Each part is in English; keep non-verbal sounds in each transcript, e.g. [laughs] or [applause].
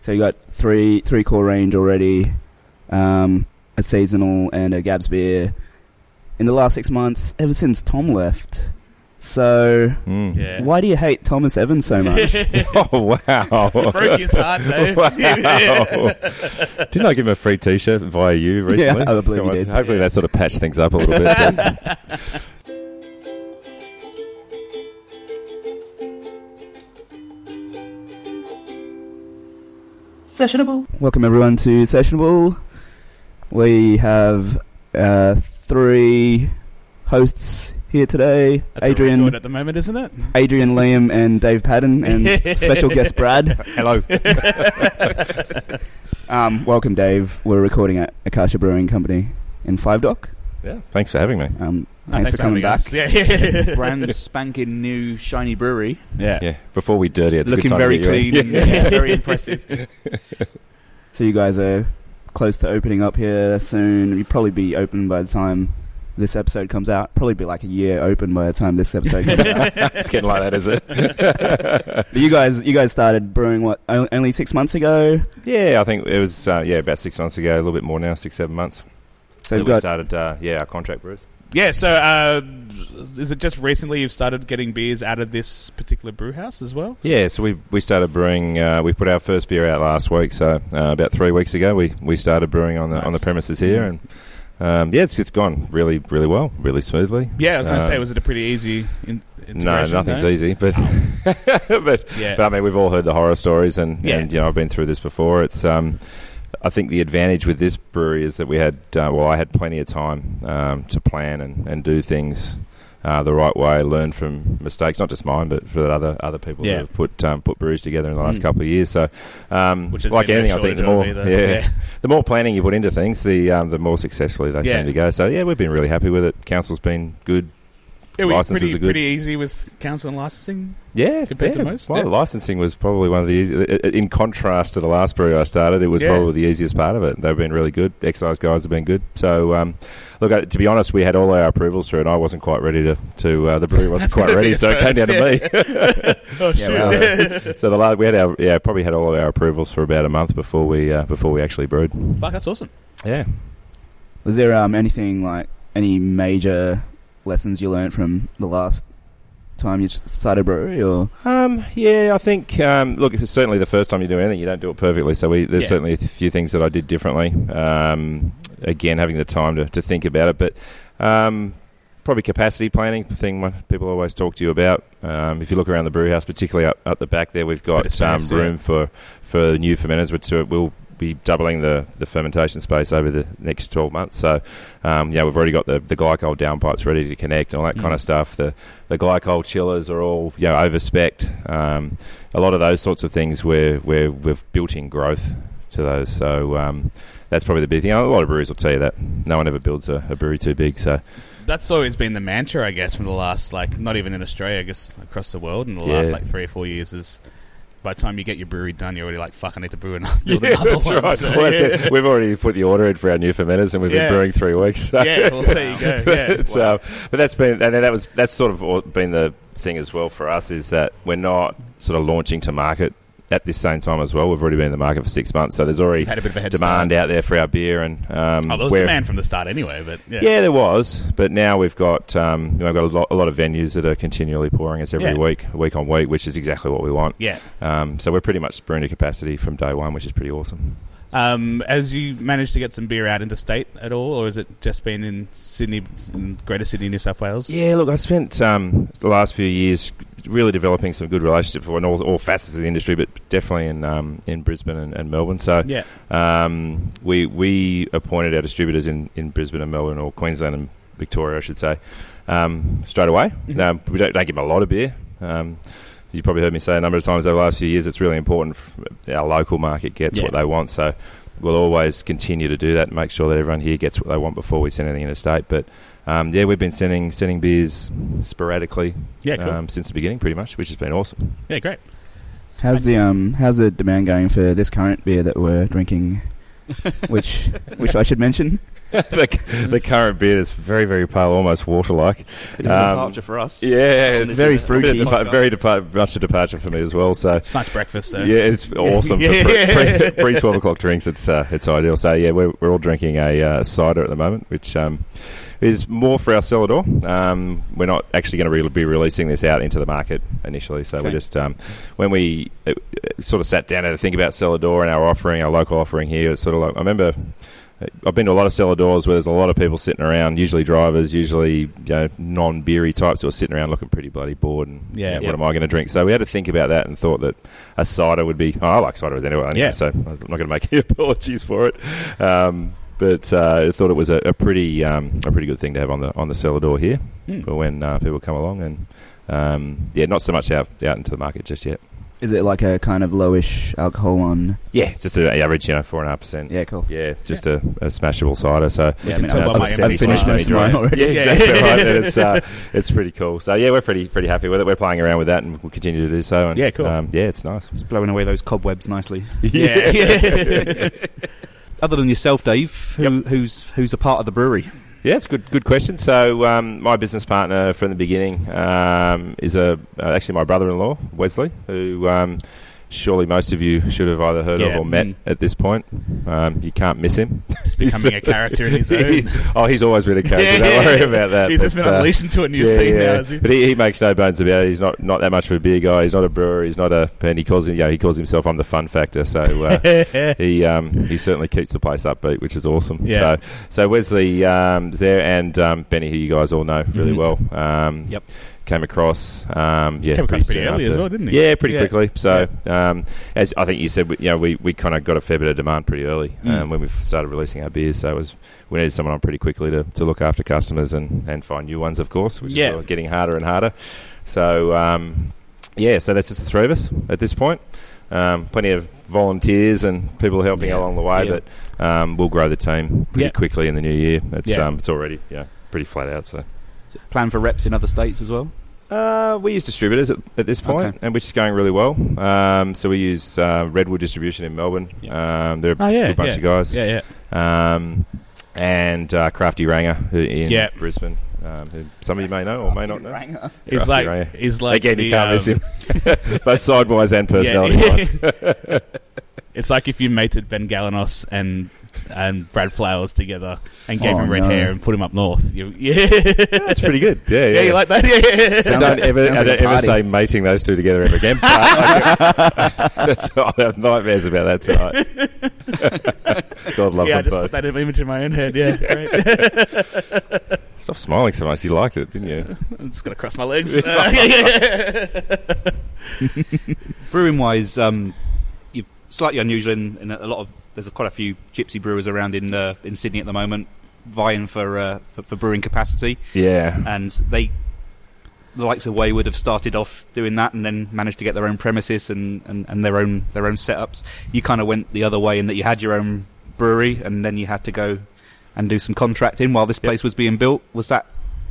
So you got three three core range already, um, a seasonal and a Gabs beer. In the last six months, ever since Tom left, so Mm. Yeah. why do you hate Thomas Evans so [laughs] much? [laughs] Oh wow! Broke his heart, [laughs] Dave. [laughs] Wow. Didn't I give him a free T-shirt via you recently? Yeah, I believe Come you on. did. Hopefully that sort of patched things up a little bit. [laughs] But Sessionable. Welcome everyone to Sessionable. We have uh, three hosts here today: That's a Adrian, record at the moment, isn't it? Adrian, Liam, and Dave Padden, [laughs] and special guest Brad. hello. Um, welcome, Dave. We're recording at Akasha Brewing Company in Five Dock. Yeah, thanks for having me. Um, Oh, thanks, for coming having back. us. Yeah. [laughs] Brand spanking new shiny brewery. yeah. Yeah, before we dirty, it's Looking a good time very to get you in. [laughs] clean. and very impressive. So you guys are close to opening up here soon. You'll probably be open by the time this episode comes out. Probably be like a year open by the time this episode comes out. [laughs] it's getting like that, is it? But you guys, you guys started brewing what o- only six months ago. yeah, I think it was uh, yeah about six months ago, a little bit more now, six seven months. So that you've we got started uh, yeah our contract brews. Yeah, so uh, is it just recently you've started getting beers out of this particular brew house as well? Yeah, so we, we started brewing. Uh, we put our first beer out last week, so uh, about three weeks ago, we, we started brewing on the on the Nice. premises here, and um, yeah, it's it's gone really really well, really smoothly. Yeah, I was going to Uh, say, was it a pretty easy in- integration? No, nothing's easy, but [laughs] but Yeah. but I mean, we've all heard the horror stories, and, Yeah. and you know, I've been through this before. It's um, I think the advantage with this brewery is that we had, uh, well, I had plenty of time um, to plan and, and do things uh, the right way, learn from mistakes, not just mine, but for the other other people Yeah. Hmm. that have put um, put breweries together in the last Mm. couple of years. So, um, Which has like been anything, no I think the more shortage [laughs] yeah, of either. Yeah. the more planning you put into things, the um, the more successfully they Yeah. seem to go. So yeah, we've been really happy with it. Council's been good. Yeah, we Licenses pretty, are good. pretty easy with council and licensing. Yeah, Compared to yeah. most, Well, yeah. the licensing was probably one of the easy. i- i- In contrast to the last brewery I started, it was Yeah. probably the easiest part of it. They've been really good. Excise guys have been good. So, um, look, I, to be honest, we had all our approvals through, and I wasn't quite ready to. to uh, the brewery [laughs] wasn't quite gonna be ready, a so it came down first, to me. [laughs] [laughs] Oh, Yeah, shoot. well, so the last, we had our yeah probably had all our approvals for about a month before we uh, before we actually brewed. Fuck, that's awesome. Yeah. was there um, anything like any major lessons you learned from the last time you s- started brewery or Um, yeah, I think um, look, if it's certainly the first time you do anything, you don't do it perfectly. So we, there's Yeah. certainly a few things that I did differently. Um, again, having the time to, to think about it, but um, probably capacity planning the thing when people always talk to you about. Um, if you look around the brew house, particularly up, up the back there, we've Bit of got um, space, yeah. room for for new fermenters, which uh, will be doubling the, the fermentation space over the next 12 months. So, um, yeah, we've already got the, the glycol downpipes ready to connect and all that Mm. kind of stuff. The, the glycol chillers are all you know, over specced. Um, a lot of those sorts of things where, where we've built in growth to those. So um, that's probably the big thing. A lot of breweries will tell you that. No one ever builds a, a brewery too big. [laughs] So That's always been the mantra, I guess, from the last like not even in Australia, I guess across the world in the Yeah. last like three or four years is by the time you get your brewery done, you're already like, fuck, I need to brew another, build [laughs] another one. So, Well, [laughs] that's yeah. it. We've already put the order in for our new fermenters, and we've Yeah. been brewing three weeks. [laughs] So. Yeah, well, there you go. [laughs] Yeah. It's, uh, but that's been and that was that's sort of all- been the thing as well for us is that we're not sort of launching to market at this same time as well. We've already been in the market for six months, so there's already We've had a bit of a head demand start. out there for our beer and um, Oh, there was we're- demand from the start anyway, but yeah. yeah, there was, but now we've got um, you know, we've got a lot, a lot of venues that are continually pouring us every Yeah. week, week on week, which is exactly what we want. Yeah. Um, so we're pretty much brewing to capacity from day one, which is pretty awesome. Um, has you managed to get some beer out interstate at all, or has it just been in Sydney, in Greater Sydney, New South Wales? Yeah, look, I spent um, the last few years really developing some good relationships in all, all facets of the industry, but definitely in um, in Brisbane and, and Melbourne. So Yeah. um, we we appointed our distributors in, in Brisbane and Melbourne, or Queensland and Victoria, I should say, um, straight away. um, we don't, don't give them a lot of beer. Um, you probably heard me say a number of times over the last few years. It's really important f- our local market gets Yeah. what they want. So we'll always continue to do that and make sure that everyone here gets what they want before we send anything interstate. But um, yeah, we've been sending sending beers sporadically Yeah, cool. um, since the beginning, pretty much, which has been awesome. yeah, great. how's the um how's the demand going for this current beer that we're drinking which which I should mention [laughs] the, the current beer is very, very pale, almost water-like. Bit of a Um, departure for us. Yeah, On it's this very episode. fruity. Bit of Depart- podcast. very depart- much a departure for me as well. So It's nice breakfast, though. yeah, it's awesome [laughs] Yeah. for pre, pre, pre twelve o'clock drinks. It's uh, it's ideal. So yeah, we're, we're all drinking a uh, cider at the moment, which um, is more for our Celador. Um, we're not actually going to re- be releasing this out into the market initially. So we're Okay. just um, when we uh, uh, sort of sat down and think about Celador and our offering, our local offering here. It's sort of like I remember. uh, I've been to a lot of cellar doors where there's a lot of people sitting around, usually drivers, usually you know, non-beery types who are sitting around looking pretty bloody bored and Yeah. you know, Yep. what am I going to drink? So we had to think about that and thought that a cider would be. Oh, I like ciders anyway. anyway Yeah. So I'm not going to make [laughs] any apologies for it. Um, but uh, I thought it was a, a pretty um, a pretty good thing to have on the on the cellar door here Mm. for when uh, people come along and um, yeah, not so much out out into the market just yet. Is it like a kind of lowish alcohol one? Yeah, it's just an average, you know, four and a half percent. Yeah, cool. Yeah, just A, a smashable cider. So Um, Yeah, I can mean, tell I've- by my I've empty finished most glass. of mine Yeah. already. Yeah, exactly Yeah. right. And it's uh, it's pretty cool. So yeah, we're pretty pretty happy with it. We're playing around with that, and we'll continue to do so. And, Yeah, cool. Um, yeah, it's nice. It's blowing away those [laughs] cobwebs nicely. Yeah. [laughs] [laughs] Other than yourself, Dave, who, who's who's a part of the brewery? Yeah, it's a good good question. So um, my business partner from the beginning um, is a uh, actually my brother-in-law Wesley, who um, surely most of you should have either heard Yeah. of or met Mm. at this point. Um, you can't miss him. It's becoming a character in [laughs] his own. oh, he's always been a character. Don't worry about that. He's just But, been uh, unleashed into a new yeah, scene yeah. now, is he? But he, he makes no bones about it. He's not, not that much of a beer guy. He's not a brewer. He's not a. And he calls him. Yeah, he calls himself. I'm the fun factor. So uh, [laughs] he um, he certainly keeps the place upbeat, which is awesome. Yeah. So so Wesley um, is there and um, Benny, who you guys all know really Mhm. well. Um, Yep. Came across. Um, yeah, Mm-hmm. Came across pretty soon early as after. well, didn't he? Yeah, pretty Yeah. quickly. So um, as I think you said, we, you know, we, we kind of got a fair bit of demand pretty early Mm. um, when we started releasing our beers. So it was we needed someone on pretty quickly to, to look after customers and, and find new ones, of course, which Yeah. is always getting harder and harder. So um, yeah, so that's just the three of us at this point. Um, plenty of volunteers and people helping Yeah. along the way, Yeah. but um, we'll grow the team pretty Yeah. quickly in the new year. It's Yeah. um, it's already yeah pretty flat out. So Plan for reps in other states as well. uh, we use distributors at, at this point, Okay. and which is going really well. Um, so we use uh, Redwood Distribution in Melbourne. Um, they're a Oh, yeah, good bunch yeah. of guys. Yeah, yeah. Um, and uh, Crafty Ranger who- in Yeah. Brisbane, um, who some of you may know or may not know. [laughs] He's Crafty like, Ranger. he's like Again, the, you can't miss um, [laughs] him, [laughs] both sidewise and personality wise. [laughs] It's like if you mated Ben Galanos and and Brad Flowers together and gave Oh, him red no. hair and put him up north. You, [laughs] yeah. That's pretty [laughs] good. Yeah, yeah. Yeah, you like that? Yeah, Sounds like- don't ever, sounds I like a don't ever party. say mating those two together ever again. [laughs] But I get- [laughs] that's, I have nightmares about that tonight. [laughs] [laughs] God yeah. love yeah I them just both. put that image in my own head. Yeah, [laughs] right. [laughs] Stop smiling so much. You liked it, didn't you? I'm just gonna cross [laughs] my legs. Uh, [laughs] yeah. [laughs] Brewing wise, um, you're slightly unusual in, in a lot of. There's quite a few gypsy brewers around in uh, in Sydney at the moment, vying for, uh, for for brewing capacity, Yeah. and they. The likes of Wayward have started off doing that, and then managed to get their own premises and, and, and their own their own setups. You kind of went the other way in that you had your own brewery, and then you had to go and do some contracting while this place was being built. Was that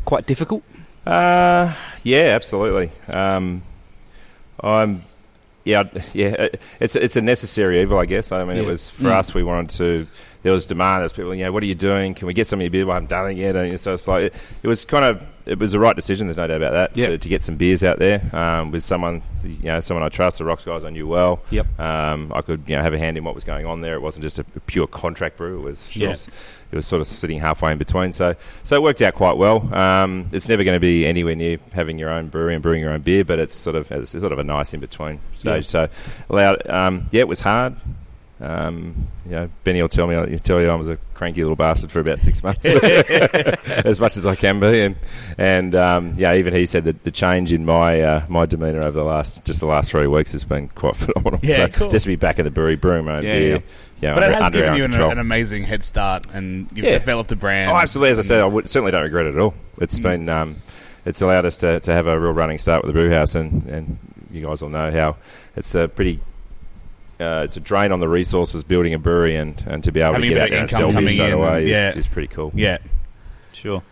quite difficult? Uh, yeah, absolutely. Um, I'm. Yeah, I'd- yeah. it- It's it's a necessary evil, I guess. I mean, it Yeah. was for Mm. us. We wanted to. There was demand. There's people. You know, what are you doing? Can we get some of your beer? Well, I haven't done it yet. And so it's like it, it was kind of. It was the right decision. There's no doubt about that. Yeah. To, to get some beers out there um, with someone, you know, someone I trust. The Rocks guys I knew well. Yep. Um, I could you know have a hand in what was going on there. It wasn't just a pure contract brew. It was sort Yeah. of- it was sort of sitting halfway in between. So so it worked out quite well. Um, it's never going to be anywhere near having your own brewery and brewing your own beer, but it's sort of it's sort of a nice in between stage. So allowed, um, yeah, it was hard. Um, you know, Benny will tell me he'll tell you I was a cranky little bastard for about [laughs] six months, [laughs] as much as I can be, and and um, yeah, even he said that the change in my uh, my demeanour over the last just the last three weeks has been quite [laughs] phenomenal. Yeah, so cool. just to be back in the brewery, brewing my own Yeah, beer, yeah. yeah, but under, it has under given our you an, control. an amazing head start, and you've Yeah. developed a brand. Oh, absolutely. As I said, I and- would, certainly don't regret it at all. It's Mm. been um, it's allowed us to, to have a real running start with the brew house, and, and you guys will know how it's a pretty uh, it's a drain on the resources building a brewery, and, and to be able Having a to bit get out of there and income sell beer coming straight in, away yeah. is, is pretty cool. yeah, Sure.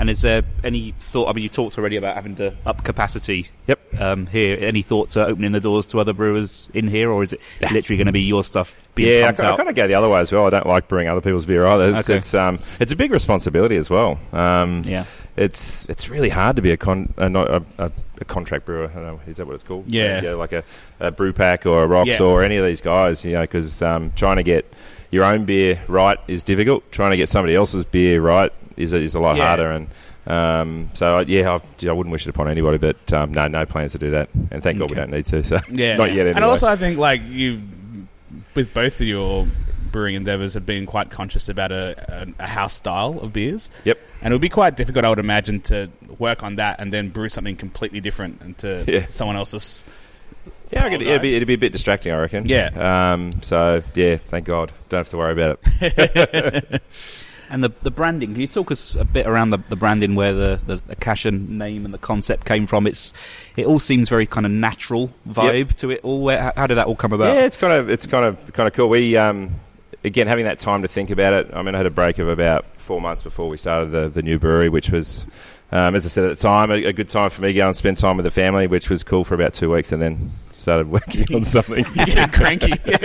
And is there any thought? I mean, you talked already about having to up capacity. Yep. Um, here, any thought to opening the doors to other brewers in here, or is it literally going to be your stuff being yeah, pumped I, out? kind of go the other way as well. I don't like brewing other people's beer either. It's, Okay. it's, um, it's a big responsibility as well. Um, yeah. it's it's really hard to be a con a, not a, a, a contract brewer. I don't know, is that what it's called? Yeah. yeah, like a, a brew pack or a rocks Yeah. or any of these guys. You know, because um, trying to get your own beer right is difficult. Trying to get somebody else's beer right is is a lot Yeah. harder. And um, so yeah, I, gee, I wouldn't wish it upon anybody. But um, no, no plans to do that. And thank God we Okay. don't need to. So [laughs] Yeah, Not yet, And anyway. also, I think like you've with both of your brewing endeavors have been quite conscious about a, a, a house style of beers. Yep. And it would be quite difficult, I would imagine, to work on that and then brew something completely different and to [laughs] Yeah. someone else's. yeah, I style, could, it'd, right? be, it'd be a bit distracting, I reckon. Yeah. Um, so yeah, thank God, don't have to worry about it. And the, the branding, can you talk us a bit around the, the branding, where the, the, the Cashin name and the concept came from? It's It all seems very kind of natural vibe to it all. Where, how, how did that all come about? Yeah, [laughs] it's kind of it's kind of kind of cool. We um, again having that time to think about it. I mean, I had a break of about four months before we started the, the new brewery, which was, um, as I said at the time, a, a good time for me to go and spend time with the family, which was cool for about two weeks, and then started [laughs] working on something. [laughs] yeah, cranky. I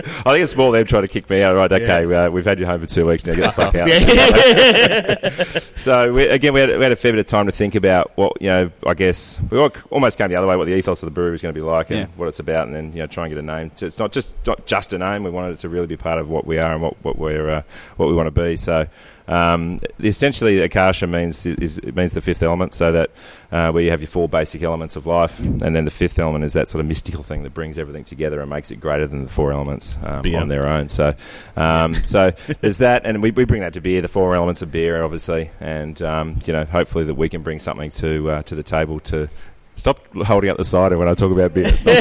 think it's more them trying to kick me out. Right, okay, uh, we've had you home for two weeks now. Get the fuck out. [laughs] so we, again, we had, we had a fair bit of time to think about what you know. I guess we all, almost came the other way. What the ethos of the brewery was going to be like and Yeah. what it's about, and then you know try and get a name. So it's not just not just a name. We wanted it to really be part of what we are and what what we're uh, what we want to be. So um, essentially, Akasha means is, it means the fifth element. So that uh, where you have your four basic elements of life, and then the fifth element is that sort of mystical thing that brings everything together and makes it greater than the four elements um, Beer. on their own. So, um, so there's that, and we, we bring that to beer. The four elements of beer, obviously, and um, you know, hopefully that we can bring something to uh, to the table to. Stop holding up the cider when I talk about beer. It's not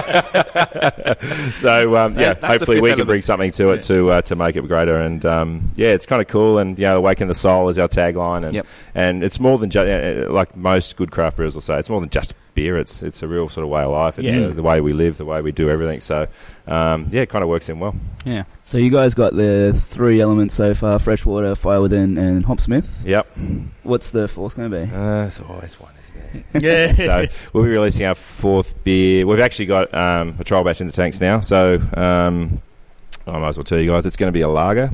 funny. [laughs] so um, yeah, That- that's the hopefully fifth we can element. bring something to it to uh, to make it greater. And um, yeah, it's kind of cool. And you know, awaken the soul is our tagline. And Yep. and it's more than just like most good craft brewers will say. It's more than just beer. It's it's a real sort of way of life. It's Yeah. uh the way we live, the way we do everything. So um, yeah, it kind of works in well. yeah. So you guys got the three elements so far: freshwater, fire within, and hopsmith. Yep. What's the fourth going to be? Uh, it's always one. Isn't it? [laughs] [laughs] yeah. [laughs] so we'll be releasing our fourth beer. We've actually got um, a trial batch in the tanks now, so um, I might as well tell you guys it's going to be a lager.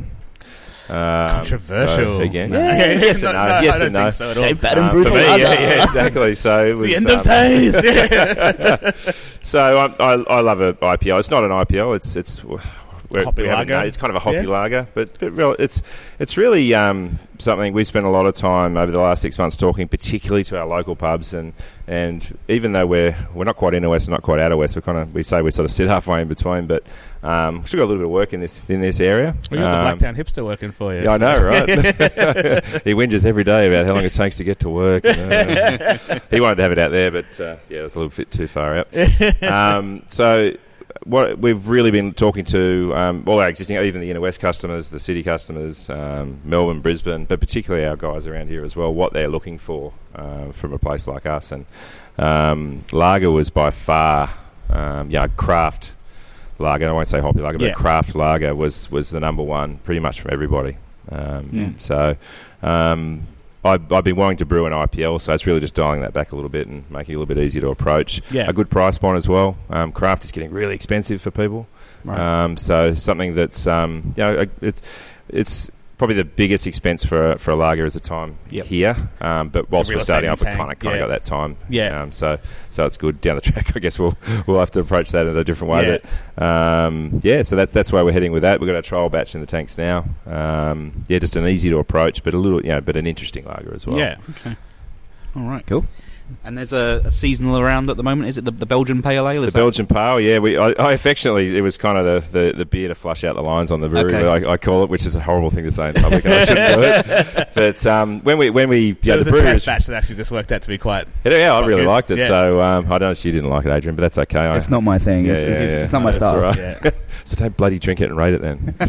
Um, Controversial. so again, [laughs] No. yes and No, no, no, I yes don't and no. think so at all. Dave Baden Um, for Brutal me, yeah, lager. yeah, exactly. So it was [laughs] the end um, of days. [laughs] so I, I, I love a IPL. It's not an IPL. It's it's we're- Hoppy we haven't lager. known- It's kind of a hoppy Yeah. lager, but, but real, it's it's really um, something we spent a lot of time over the last six months talking, particularly to our local pubs, and and even though we're we're not quite inner west, and not quite outer west, we kind of we say we sort of sit halfway in between, but um, still got a little bit of work in this in this area. We got Um, the Blacktown hipster working for you. yeah, I so- know, [laughs] right? he whinges every day about how long it takes to get to work. Uh, he wanted to have it out there, but uh, yeah, it was a little bit too far out. Um, so, what we've really been talking to um, all our existing, even the inner west customers, the city customers, um, Melbourne, Brisbane, but particularly our guys around here as well, what they're looking for uh, from a place like us. And um, lager was by far, um, yeah, craft lager. I won't say hoppy lager, Yeah. but craft lager was was the number one, pretty much from everybody. Um, Yeah. So. Um, I've, I've been wanting to brew an IPL, so it's really just dialing that back a little bit and making it a little bit easier to approach. Yeah. A good price point as well. Um, craft is getting really expensive for people. Um, so something that's um, you know uh, it's it's probably the biggest expense for a, for a lager is the time Yep. here. Um, but whilst The we're real starting estate up, we tank, kind of kind yeah. of got that time. Yeah. Um, so so it's good down the [laughs] track. I guess we'll we'll have to approach that in a different way. Yeah. But um, yeah, so that's that's where we're heading with that. We've got our trial batch in the tanks now. Um, yeah, just an easy to approach, but a little you know, but an interesting lager as well. Yeah. All right. Cool. And there's a, a seasonal around at the moment. Is it the, the Belgian Pale Ale? the Is that- Belgian Pale, yeah. We, I, I affectionately, it was kind of the, the, the beer to flush out the lines on the brewery, Okay. I, I call it, which is a horrible thing to say in public, and I shouldn't do [laughs] it. But um, when we, when we, So yeah, there's the a brewery, test is- batch that actually just worked out to be quite. yeah, yeah, I really Fucking- liked it. yeah. So um, I don't know if you didn't like it, Adrian, but that's okay. I, It's not my thing. Yeah, it's, yeah, it's yeah. not my That's style. all right. Yeah. [laughs] So don't bloody drink it and rate it [laughs] then. [laughs]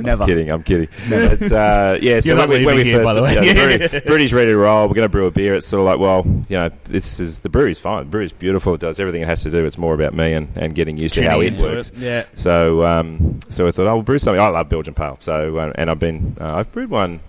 Never. I'm kidding. I'm kidding. Never. But, uh, yeah, so You're when not we, when we leaving here, first, by the way. yeah, the [laughs] brewery- brewery's ready to roll. We're going to brew a beer. It's sort of like, well, you know, this is the brewery's fine. The brewery's beautiful. It does everything it has to do. It's more about me and, and getting used to how Tuning it into works. Yeah. So, um, so I thought I'll brew something. I love Belgian pale. So, uh, and I've been uh, I've brewed one.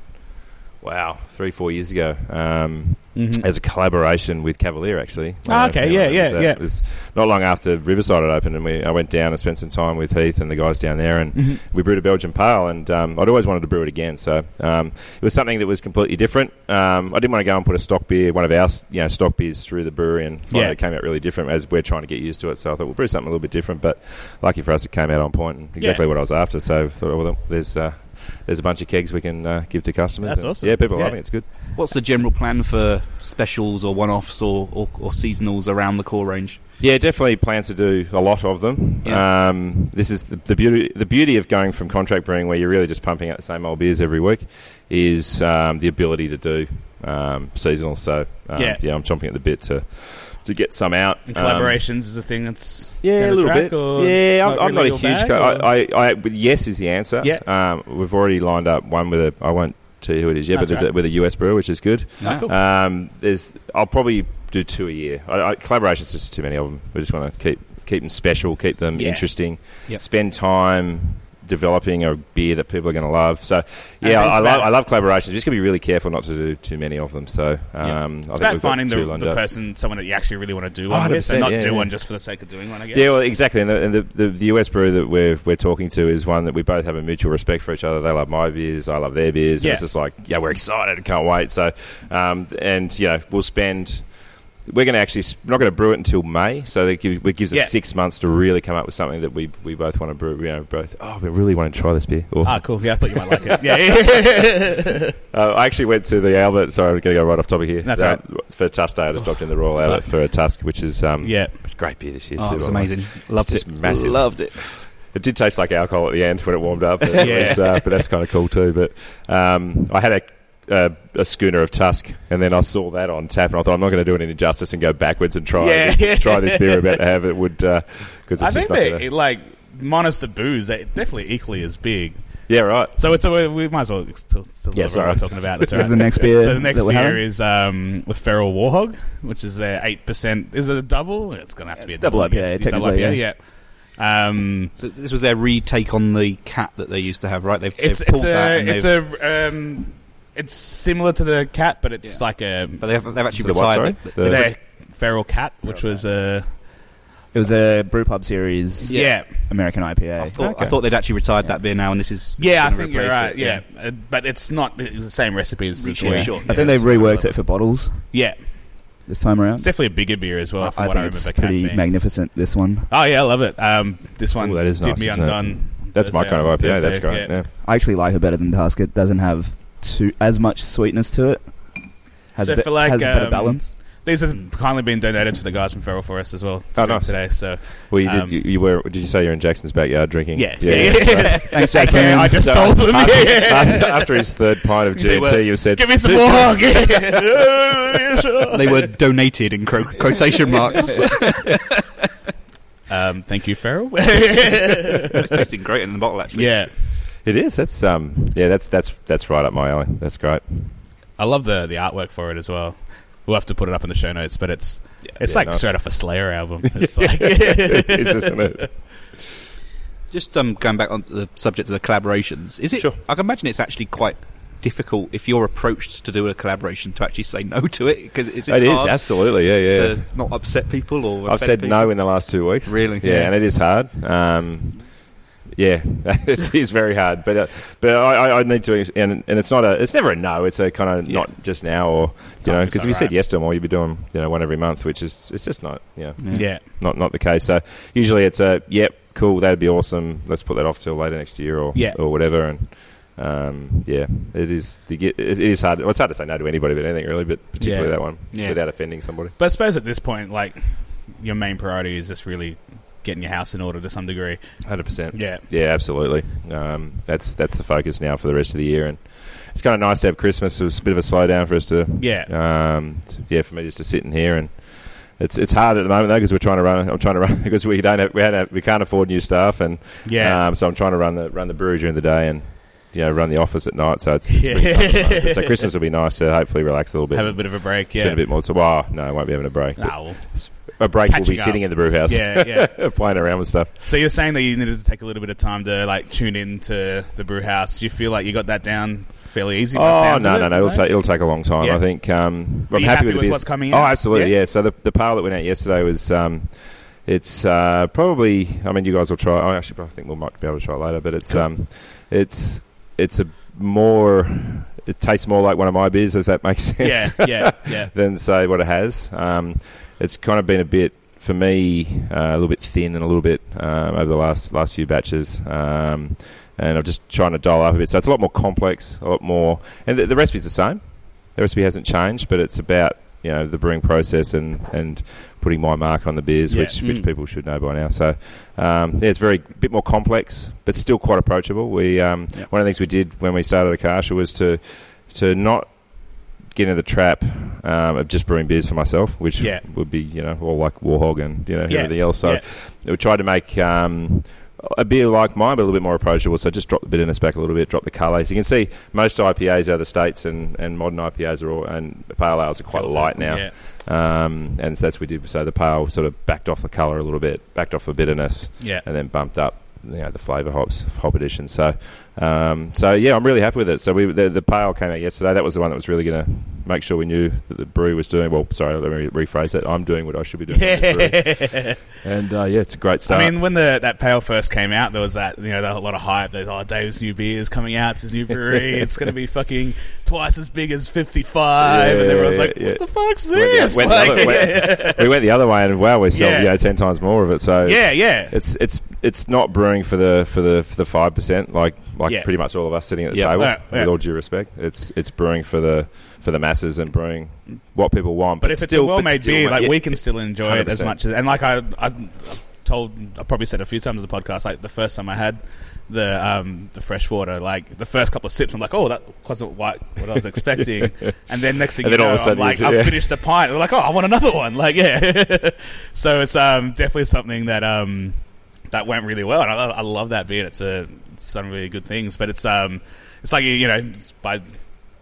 Wow, three four years ago. Um, Mhm. as a collaboration with Cavalier, actually. Ah, okay, yeah, it was, yeah, uh, yeah. It was not long after Riverside had opened, and we I went down and spent some time with Heath and the guys down there, and Mhm. we brewed a Belgian pale, and um, I'd always wanted to brew it again. So um, it was something that was completely different. Um, I didn't want to go and put a stock beer, one of our you know stock beers, through the brewery, and find Yeah. that it came out really different as we're trying to get used to it. So I thought we'll brew something a little bit different. But lucky for us, it came out on point and exactly what I was after. So I thought, well, there's uh, there's a bunch of kegs we can uh, give to customers. That's And, awesome. Yeah, people are Yeah. loving it. It's good. What's the general plan for specials or one-offs or, or, or seasonals around the core range? Yeah, definitely plans to do a lot of them. Um, this is the, the beauty. The beauty of going from contract brewing, where you're really just pumping out the same old beers every week, is um, the ability to do um, seasonal. So um, Yeah. I'm chomping at the bit to to get some out. And Um, collaborations is a thing that's yeah, down a the little track, bit. or Yeah, I'm, I'm not a really your huge. bag, Co- or- I, I, I, with yes is the answer. Yeah. Um, we've already lined up one with a. I won't tell you who it is yet, but That's there's right. a, with a US brewer, which is good. Ah, cool. Um, there's, I'll probably do two a year. I, I, collaborations, just too many of them. We just want to keep keep them special, keep them Yeah. interesting. Yep. Spend time developing a beer that people are going to love. So, And yeah, it's I, I love about- I love collaborations. Just got to be really careful not to do too many of them. So, Yeah. um, I It's think about we've got finding two the, lined the up. person, someone that you actually really want to do one with, 100%, and not yeah, do yeah. one just for the sake of doing one. I guess. Yeah, well, exactly. And the, and the, the, the US brew that we're, we're talking to is one that we both have a mutual respect for each other. They love my beers, I love their beers. And Yeah. it's just like, yeah, we're excited, can't wait. So, um, and, you know, we'll spend. We're going to actually, s- we're not going to brew it until May, so that gives, it gives us Yeah. six months to really come up with something that we, we both want to brew. You know, both, oh, we really want to try this beer. Awesome. Ah, cool. Yeah, I thought you might like it. Yeah. [laughs] Uh, I actually went to the Albert. Sorry, I'm going to go right off topic here. That's Uh, For Tusk Day, I just dropped in the Royal Albert for a Tusk, which is um, [laughs] yeah. it's great beer this year. Oh, too, it was by the way. amazing. Loved just it. massive. Loved it. It did taste like alcohol at the end when it warmed up, [laughs] but, it Yeah. was, uh, but that's kind of cool too. But um, I had a, a, a schooner of Tusk, and then I saw that on tap, and I thought I'm not going to do it any justice and go backwards and try Yeah. this, try this beer we're [laughs] about to have. It would because it's I just think not they gonna- like minus the booze, they definitely equally as big. yeah right. So it's a, we might as well still, still Yeah, yeah, sorry. what we're talking about. That's all This is the right. next beer so the next that we're beer having. is um, with Feral Warhog, which is their eight percent. Is it a double? It's gonna have to be a Double double, IPA, I guess. double technically, IPA, yeah. Um, So this was their retake on the cat that they used to have, right? They've, it's they've it's pulled that. a and it's they've, a um, it's similar to the cat, but it's Yeah. Uh, like a but they've, they've actually The what, retired. sorry? it. The- their feral cat, which was a It was a Brewpub series yeah. American IPA. I thought, Okay. I thought they'd actually retired that beer now, and this is Yeah, I gonna think you're replace right. it, yeah. Uh, but it's not it's the same recipe as the Sure, Yeah. Tweed. sure. I think they've reworked it for bottles Yeah, this time around. it's definitely a bigger beer as well. From I what think I remember, it's Cat pretty being. magnificent. This one, Oh yeah, I love it. Um, this one Ooh, that is did nice, me isn't it? undone. That's my Thursday kind on of IPA. that's Thursday, great. Yeah. I actually like it better than Task. It doesn't have too as much sweetness to it. Has So a bit, for like, has a bit um, of balance. These have kindly been donated to the guys from Feral Forest as well. To Oh, drink nice. Today, so Well, you did. Um, you, you were. Did you say you're in Jackson's backyard drinking? yeah, [laughs] Thanks, Okay, Jackson. I just So told them. After, Yeah. after- after his third pint of They were- GMT, you said, Give me some more hog. [laughs] Yeah, sure. They were donated in [laughs] cro- quotation marks. Um, thank you, Feral. it's tasting great in the bottle, actually. yeah, It is. That's um. Yeah, that's that's that's right up my alley. That's great. I love the the artwork for it as well. We'll have to put it up in the show notes, but it's it's yeah, like nice. [laughs] straight off a Slayer album. It's like It is, isn't it? Just um, going back on the subject of the collaborations, is it? Sure. I can imagine it's actually quite difficult if you're approached to do a collaboration to actually say no to it because is it, It is hard absolutely. Yeah, yeah. to not upset people or I've offend said people? no in the last two weeks. Really? Yeah, and it is hard. Um, yeah, [laughs] it is very hard. But uh, but I, I- I need to, and, and it's not a, it's never a no. It's a kind of Yeah. not just now or you know, Time is because if you said alright. yes to them all, you'd be doing you know one every month, which is it's just not yeah yeah. not not the case. So usually it's a yep, cool, that'd be awesome. Let's put that off till later next year or Yeah. or whatever. And um, yeah, it is the get- it is hard. Well, it's hard to say no to anybody, but anything really, but particularly Yeah. that one Yeah. without offending somebody. But I suppose at this point, like your main priority is just really getting your house in order to some degree. Hundred percent. Yeah. Yeah, absolutely. Um, that's that's the focus now for the rest of the year, and it's kind of nice to have Christmas. It was a bit of a slowdown for us to, Yeah. um, t- yeah, for me just to sit in here and It's it's hard at the moment though because we're trying to run. I'm trying to run [laughs] because we don't have, we, don't, we can't afford new staff and Yeah. um, so I'm trying to run the run the brewery during the day and you know run the office at night. So it's, it's Yeah. pretty tough at the [laughs] moment. so Christmas will be nice to hopefully relax a little bit. have a bit of a break. Spend Yeah. a bit more. So, well, no, I won't be having a break. but Ah, well. a break will be catching up. sitting in the brew house, Yeah, yeah. [laughs] playing around with stuff. So you're saying that you needed to take a little bit of time to like tune in to the brew house. Do you feel like you got that down fairly easy? by the Oh sounds no, of no, it? no! It'll take it'll take a long time. Yeah. I think. Um, Are I'm happy, you happy with, with this. what's coming Oh, out? absolutely. Yeah? Yeah. So the the pale that went out yesterday was. Um, it's uh, probably. I mean, you guys will try. I actually, I think we might be able to try it later. But it's um, it's it's a more. It tastes more like one of my beers, if that makes [laughs] sense. Yeah, yeah, yeah. than say what it has. Um, it's kind of been a bit for me uh, a little bit thin and a little bit um, over the last last few batches. Um, and I'm just trying to dial up a bit, so it's a lot more complex, a lot more. And the, the recipe's the same. The recipe hasn't changed, but it's about you know the brewing process and, and putting my mark on the beers, Yeah. which which Mm. people should know by now. So um, yeah, it's very bit more complex, but still quite approachable. We um, Yeah. one of the things we did when we started Akasha was to to not get into the trap um, of just brewing beers for myself, which Yeah. would be you know all like Warhog and you know Yeah. everything else. So Yeah. we tried to make. Um, a beer like mine, but a little bit more approachable. So just drop the bitterness back a little bit, drop the colour. As you can see, most IPAs out of the states and, and modern IPAs are all and pale ales are [laughs] quite Feels light it. now Yeah, um, and so that's what we did. So the pale sort of backed off the colour a little bit, backed off the bitterness, yeah. and then bumped up you know the flavour hops hop addition. So um, so yeah, I'm really happy with it. So we the, the pale came out yesterday. That was the one that was really going to make sure we knew that the brew was doing. Well, sorry, let me rephrase it. I'm doing what I should be doing. with this [laughs] brew. and uh, yeah, it's a great start. I mean, when the that pail first came out, there was that you know there was a lot of hype. There's oh, Dave's new beer is coming out. [laughs] It's his new brewery. it's going to be fucking twice as big as 55. Yeah, and everyone's like, yeah, yeah. what the fuck's Went the- this? went the [laughs] like, other- we went the other way, and wow, we're selling Yeah. you know, ten times more of it. So yeah, yeah, It's it's it's not brewing for the for the for the five percent like like Yeah. pretty much all of us sitting at the Yeah. table. Yeah, yeah. With all due respect, it's it's brewing for the for the masses and brewing what people want. But, But if it's still, a but well-made still, beer, like yeah, we can still enjoy it as 100%. much as. And like I, I told, I probably said a few times on the podcast. Like the first time I had the um the fresh water, like the first couple of sips, I'm like, oh, that wasn't what, what I [laughs] was expecting. and then next thing And you then all know, of a I'm sudden like, you- I've yeah. finished a pint. They're like, oh, I want another one. Like, yeah. [laughs] so it's um definitely something that um that went really well. And I, I love that beer. It's a it's some really good things, but it's um it's like you you know it's by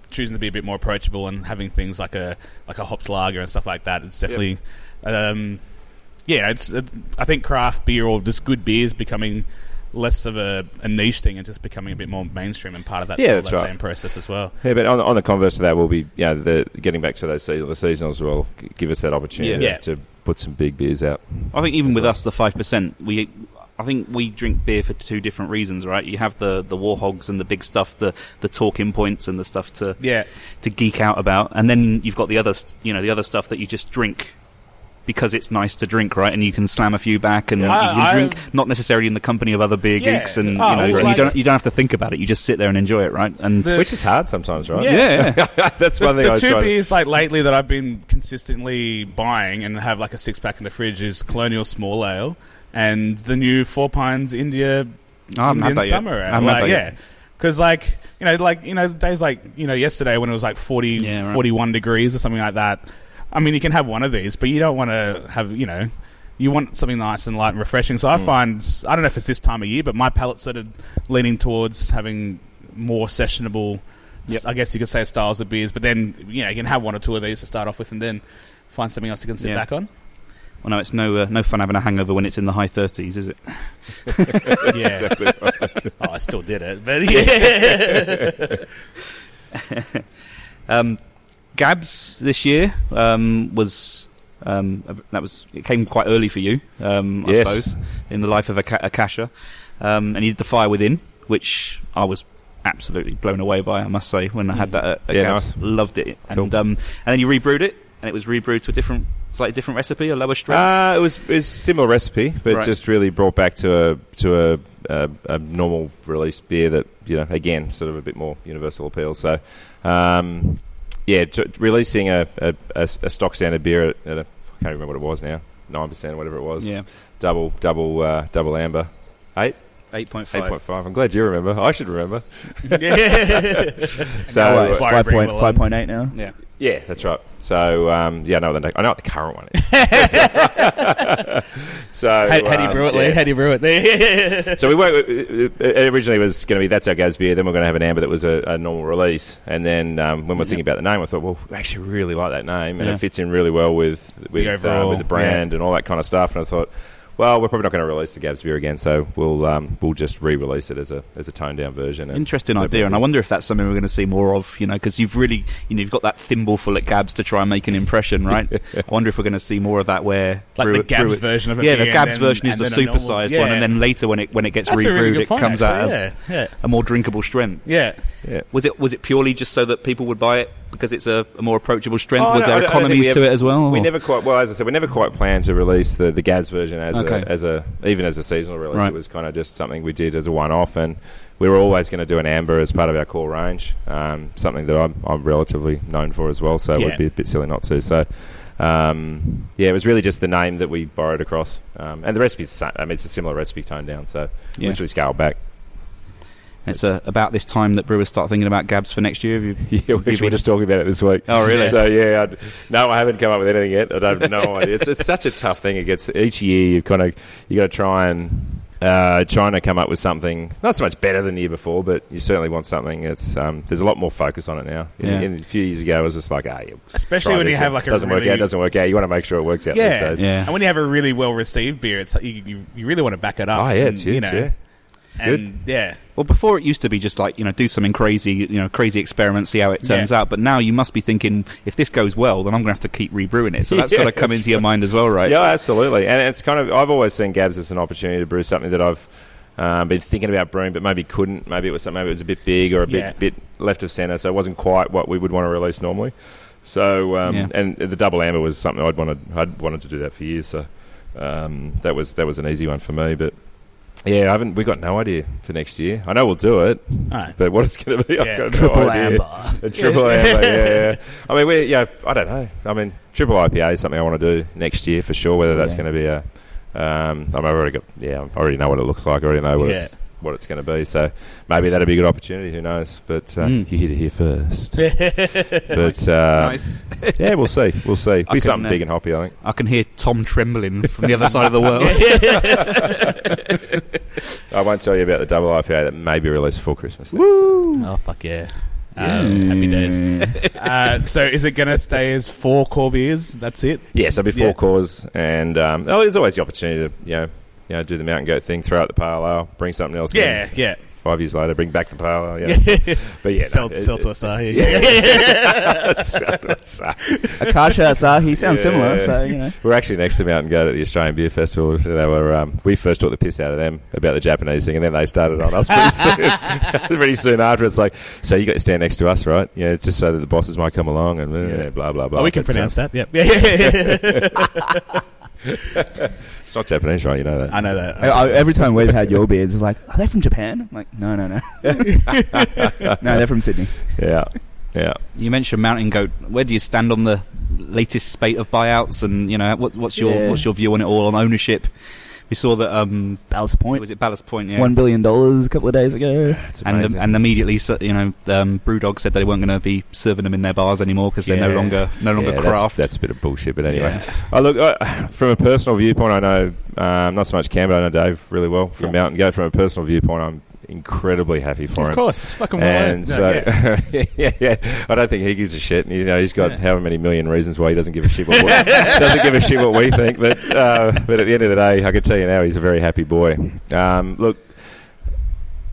choosing to be a bit more approachable and having things like a like a hops lager and stuff like that. It's definitely, um, yeah. It's it, I think craft beer or just good beer is becoming less of a, a niche thing and just becoming a bit more mainstream and part of that, Yeah, all that's that right. same process as well. Yeah, but on, on the converse of that, we'll be yeah. The, getting back to those season, the seasonals will g- give us that opportunity Yeah. Yeah. to put some big beers out. I think even with us, the five percent, we, I think we drink beer for two different reasons, right? You have the the warhogs and the big stuff, the the talking points and the stuff to Yeah, to geek out about, and then you've got the other, st- you know, the other stuff that you just drink because it's nice to drink, right? And you can slam a few back, and Yeah. you can I- I- drink not necessarily in the company of other beer Yeah. geeks, and Oh, you know, like- you don't you don't have to think about it. You just sit there and enjoy it, right? And The- Which is hard sometimes, right? yeah, [laughs] that's one thing I the, the was two trying to- beers like lately that I've been consistently buying and have like a six pack in the fridge is Colonial Small Ale and the new Four Pines India I haven't had Indian that yet. summer. I out. haven't had Like, that yeah, yet. because like you know, like you know, days like you know yesterday when it was like 40, Yeah, right. 41 degrees or something like that. I mean, you can have one of these, but you don't want to have you know. You want something nice and light and refreshing. So I Mm. find I don't know if it's this time of year, but my palate's sort of leaning towards having more sessionable. Yep. I guess you could say styles of beers, but then you know you can have one or two of these to start off with, and then find something else you can sit Yeah. back [laughs] on. Well, no, it's no uh, no fun having a hangover when it's in the high thirties, is it? yeah, [laughs] Exactly right. oh, I still did it, [laughs] but yeah. Um, Gabs this year um, was um, that was it came quite early for you, um, I Yes. suppose, in the life of Aka- Akasha, um, and he did the Fire Within, which I was absolutely blown away by. I must say, when I had that, at, Mm. at Yeah, Gabs. loved it, and Cool. um, and then you rebrewed it, and it was rebrewed to a different, slightly different recipe, a lower strength. Uh, it was it was similar recipe, but Right. just really brought back to a to a, a, a normal release beer that you know again sort of a bit more universal appeal. So, um, yeah, t- releasing a, a, a, a stock standard beer at, at a, I can't remember what it was now nine percent whatever it was yeah, double double uh, double amber eight Ah. eight point five. point five. I'm glad you remember. I should remember. yeah. So Oh, Now Uh, it's Why five uh, bring point it five point eight now. Yeah, Yeah, that's right. So um, yeah, no, I know what the current one is. [laughs] [laughs] so How, how do you um, brew it, [laughs] yeah. Lee? How do you brew it? So we were it it originally was going to be that's our Gaz beer. Then we're going to have an amber that was a, a normal release, and then um, when we're thinking about the name, I thought, well, we actually really like that name, and Yeah. it fits in really well with with the, overall, with the brand and all that kind of stuff. And I thought, well, we're probably not going to release the Gabs beer again, so we'll um, we'll just re-release it as a as a toned down version. And Interesting idea, and I wonder if that's something we're going to see more of. You know, because you've really, you know, you've got that thimbleful at Gabs to try and make an impression, [laughs] right? I wonder if we're going to see more of that, where like brew the it- brew Gabs it- version of it. Yeah, the Gabs version is the supersized one, and then later when it when it gets that's a rebrewed, really good it point, comes out actually, a- Yeah, yeah, a more drinkable strength. yeah. yeah. Was it was it purely just so that people would buy it because it's a, a more approachable strength? Oh, was no, I there don't- I don't economies think we to it as well? We or- never quite well, as I said, we never quite planned to release the the Gaz version as Okay. a as a even as a seasonal release. Right. It was kind of just something we did as a one off, and we were always going to do an amber as part of our core range, um, something that I'm, I'm relatively known for as well. So it Yeah. would be a bit silly not to. So. Um, yeah, it was really just the name that we borrowed across, um, and the recipe's. the same. I mean, it's a similar recipe toned down, so Yeah. literally scaled back. It's uh, about this time that brewers start thinking about Gabs for next year. Have you- [laughs] Yeah, we You've were been- just talking about it this week. Oh, really? So yeah, I'd, no, I haven't come up with anything yet. I don't have [laughs] no idea. It's, it's such a tough thing. It gets each year. You've kind of you got to try and uh, trying to come up with something not so much better than the year before, but you certainly want something that's um, there's a lot more focus on it now. In, Yeah. in a few years ago, it was just like ah, yeah, Especially try when you this. have It like a doesn't really, work out, doesn't work out. You want to make sure it works out yeah. these days. Yeah. And when you have a really well received beer, it's like you, you, you really want to back it up. Oh yeah, it's and, huge. Mm, you know, yeah, it's good. and yeah, Well, before it used to be just like you know do something crazy, you know, crazy experiment, see how it turns Yeah. out. But now you must be thinking if this goes well, then I'm going to have to keep rebrewing it. So that's got to Yeah, come that's into your mind as well, right? Yeah, absolutely. And it's kind of I've always seen Gabs as an opportunity to brew something that I've um, been thinking about brewing, but maybe couldn't. Maybe it was maybe it was a bit big or a bit Yeah. bit left of center, so it wasn't quite what we would want to release normally. So um, Yeah. and the double amber was something I'd wanted I'd wanted to do that for years. So um, that was that was an easy one for me, but. Yeah, I haven't. We got no idea for next year. I know we'll do it, all right. but what it's going to be, Yeah. I've got Triple no idea. amber. A triple amber, yeah, yeah. I mean, we, yeah, I don't know. I mean, triple IPA is something I want to do next year for sure. Whether that's Yeah. going to be a, um, I've already got, yeah, I already know what it looks like. I already know what Yeah. it's what it's going to be. So maybe that'd be a good opportunity. Who knows? But uh, Mm. you hear it here first. [laughs] but uh, Nice. yeah, we'll see. We'll see. Be can, something uh, big and hoppy, I think. I can hear Tom trembling from the other side of the world. I won't tell you about the double IPA that may be released before Christmas. then. oh fuck yeah. Um, Hmm. happy days. Uh, so, is it going to stay as four core beers? That's it. Yeah, so before Yeah. cause, and um, oh, there's always the opportunity to you know, you know, do the mountain goat thing, throw out the pale ale, bring something else. in. Yeah, yeah. five years later, bring back the power. [laughs] Yeah, yeah. but yeah, sell, no, it- sell [laughs] to it- us. Uh, yeah. [laughs] Sell to [laughs] us. [laughs] Akasha Asahi sounds Yeah. similar, so you know. We're actually next to Mountain Goat at the Australian Beer Festival. They were um, we first took the piss out of them about the Japanese thing, and then they started on us pretty [laughs] soon. [laughs] pretty soon after, it's like, so you got to stand next to us, right? Yeah, it's just so that the bosses might come along and uh, Yeah. blah blah blah. Oh, we can But, um, pronounce that. [laughs] Yep. [laughs] Yeah. It's not Japanese, right? You know that. I know that. I, I, every time we've had your beers, it's like, are they from Japan? I'm like, no, no, no. [laughs] no, they're from Sydney. [laughs] Yeah, yeah. You mentioned Mountain Goat. Where do you stand on the latest spate of buyouts, and you know what, what's your Yeah. what's your view on it all on ownership? We saw that um, Ballast Point. was it Ballast Point, yeah, $1 billion dollars a couple of days ago. It's and um, amazing. and immediately so- you know um, Brewdog said they weren't going to be serving them in their bars anymore because they're no Yeah. longer no longer yeah, that's, craft. that's a bit of bullshit, but anyway. Yeah. Oh, look, I, [sighs] from a personal viewpoint, I know um, not so much Cam, but I know Dave really well from Mountain Goat. From a personal viewpoint, I'm incredibly happy for of him. course, it's fucking well And known. so, [laughs] No, yeah. yeah. yeah, I don't think he gives a shit. And, you know, he's got Yeah. however many million reasons why he doesn't give a shit. What [laughs] we, doesn't give a shit what we think. But uh, but at the end of the day, I can tell you now, he's a very happy boy. Um, look,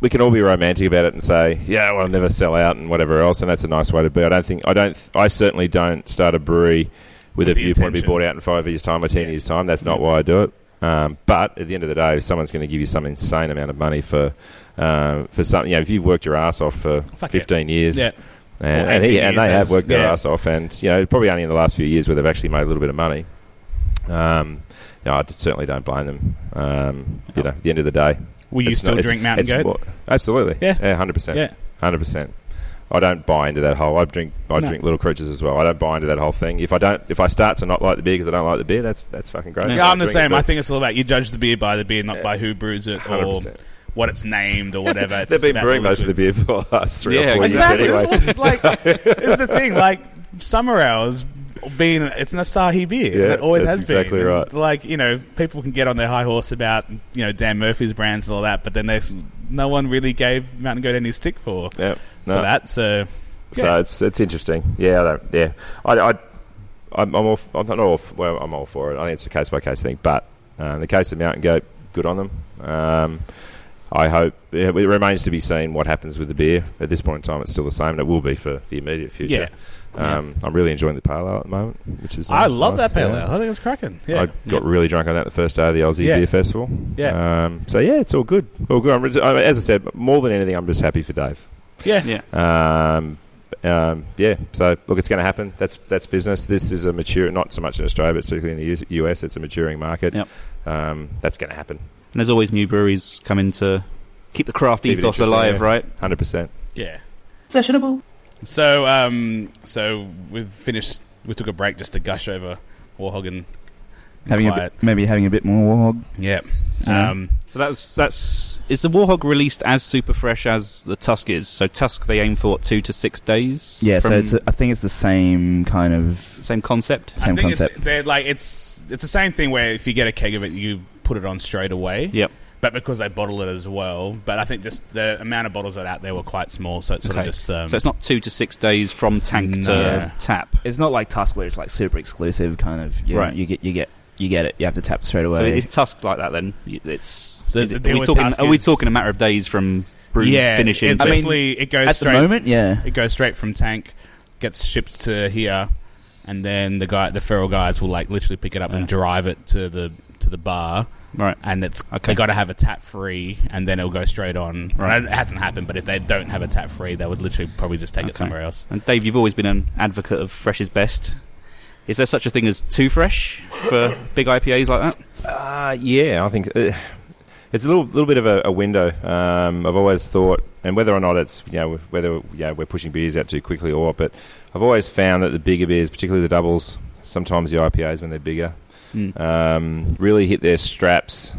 we can all be romantic about it and say, yeah, well, I'll never sell out and whatever else, and that's a nice way to be. I don't think I don't. I certainly don't start a brewery with, With a the viewpoint to be intention. bought out in five years' time or ten Yeah. years' time. That's not why I do it. Um, but at the end of the day, if someone's going to give you some insane amount of money for uh, for something, you know, if you've worked your ass off for Fuck yeah. fifteen years, Yeah. and, Or and, 18 he, and years, they have that's- worked their yeah. ass off, and you know, probably only in the last few years where they've actually made a little bit of money. Um, you know, I d- certainly don't blame them. Um, you know, at the end of the day, Will you it's still not- it's- drink Mountain it's Goat? more- absolutely. Yeah. Yeah. Hundred Yeah. percent. Hundred percent. I don't buy into that whole. I drink. I No. drink little creatures as well. I don't buy into that whole thing. If I don't, if I start to not like the beer because I don't like the beer, that's that's fucking great. Yeah, I'll I'm the drink it, same. but I think it's all about you judge the beer by the beer, not by who brews it or 100%. what it's named [laughs] or whatever. It's They've been about brewing the most of the liquid. beer for the last three Yeah, or four [laughs] Exactly. years That's anyway. what- like, it's the thing. Like summer hours being it's an Asahi beer. Yeah, it always that's has been. exactly right. And, Like you know, people can get on their high horse about you know Dan Murphy's brands and all that, but then there's no one really gave Mountain Goat any stick for Yeah, for no. that. So So it's it's interesting. Yeah, I don't, yeah. I, I I'm, I'm all f- I'm not all f- well. I'm all for it. I think it's a case by case thing. But um, the case of Mountain Goat, good on them. Um, I hope yeah, it remains to be seen what happens with the beer. At this point in time, it's still the same, and it will be for the immediate future. Um, I'm really enjoying the pale ale at the moment, which is I nice, love nice. that pale Yeah. ale. I think it's cracking. Yeah. I got really drunk on that the first day of the Aussie Yeah. Beer Festival. Yeah. Um, so yeah, it's all good. All good. I'm, res- I- as I said, more than anything, I'm just happy for Dave. yeah. Yeah. Um, um, yeah. So look, it's going to happen. That's that's business. This is a mature, not so much in Australia, but certainly in the US, US it's a maturing market. Yep. Um, that's going to happen. And there's always new breweries coming to keep the craft Keep it ethos interesting, alive, yeah. right? Hundred percent. Yeah. Sessionable. So um, so we've finished. We took a break just to gush over Warhog and having a quiet. bit, maybe having a bit more warhog. yeah. Yeah. Mm-hmm. Um, So that was that's is the Warhog released as super fresh as the Tusk is. So Tusk they aim for what, two to six days. Yeah, from so it's, I think it's the same kind of same concept. same I think concept. It's, they're like it's it's the same thing where if you get a keg of it, you put it on straight away. Yep. But because they bottle it as well, but I think just the amount of bottles that are out there were quite small, so it's sort Okay. of just um, So it's not two to six days from tank to No. tap. It's not like Tusk where it's like super exclusive kind of. You Right. Know, you get you get you get it. You have to tap straight So away. is Tusk like that then? You- It's So is the it, deal are, we with talking, Tusk are we is- talking a matter of days from brew yeah, finishing? It's to- I mean, actually it goes at the straight. moment, yeah. It goes straight from tank, gets shipped to here, and then the guy, the feral guys, will like literally pick it up Yeah. and drive it to the to the bar. right. and it's Okay. they got to have a tap free, and then it'll go straight on. Right. And it hasn't happened, but if they don't have a tap free, they would literally probably just take Okay. it somewhere else. And Dave, you've always been an advocate of fresh is best. Is there such a thing as too fresh for big IPAs like that? Uh, yeah, I think uh, it's a little little bit of a, a window. Um, I've always thought, and whether or not it's you know whether you know, we're pushing beers out too quickly or what, but I've always found that the bigger beers, particularly the doubles, sometimes the IPAs when they're bigger, Mm. um, really hit their straps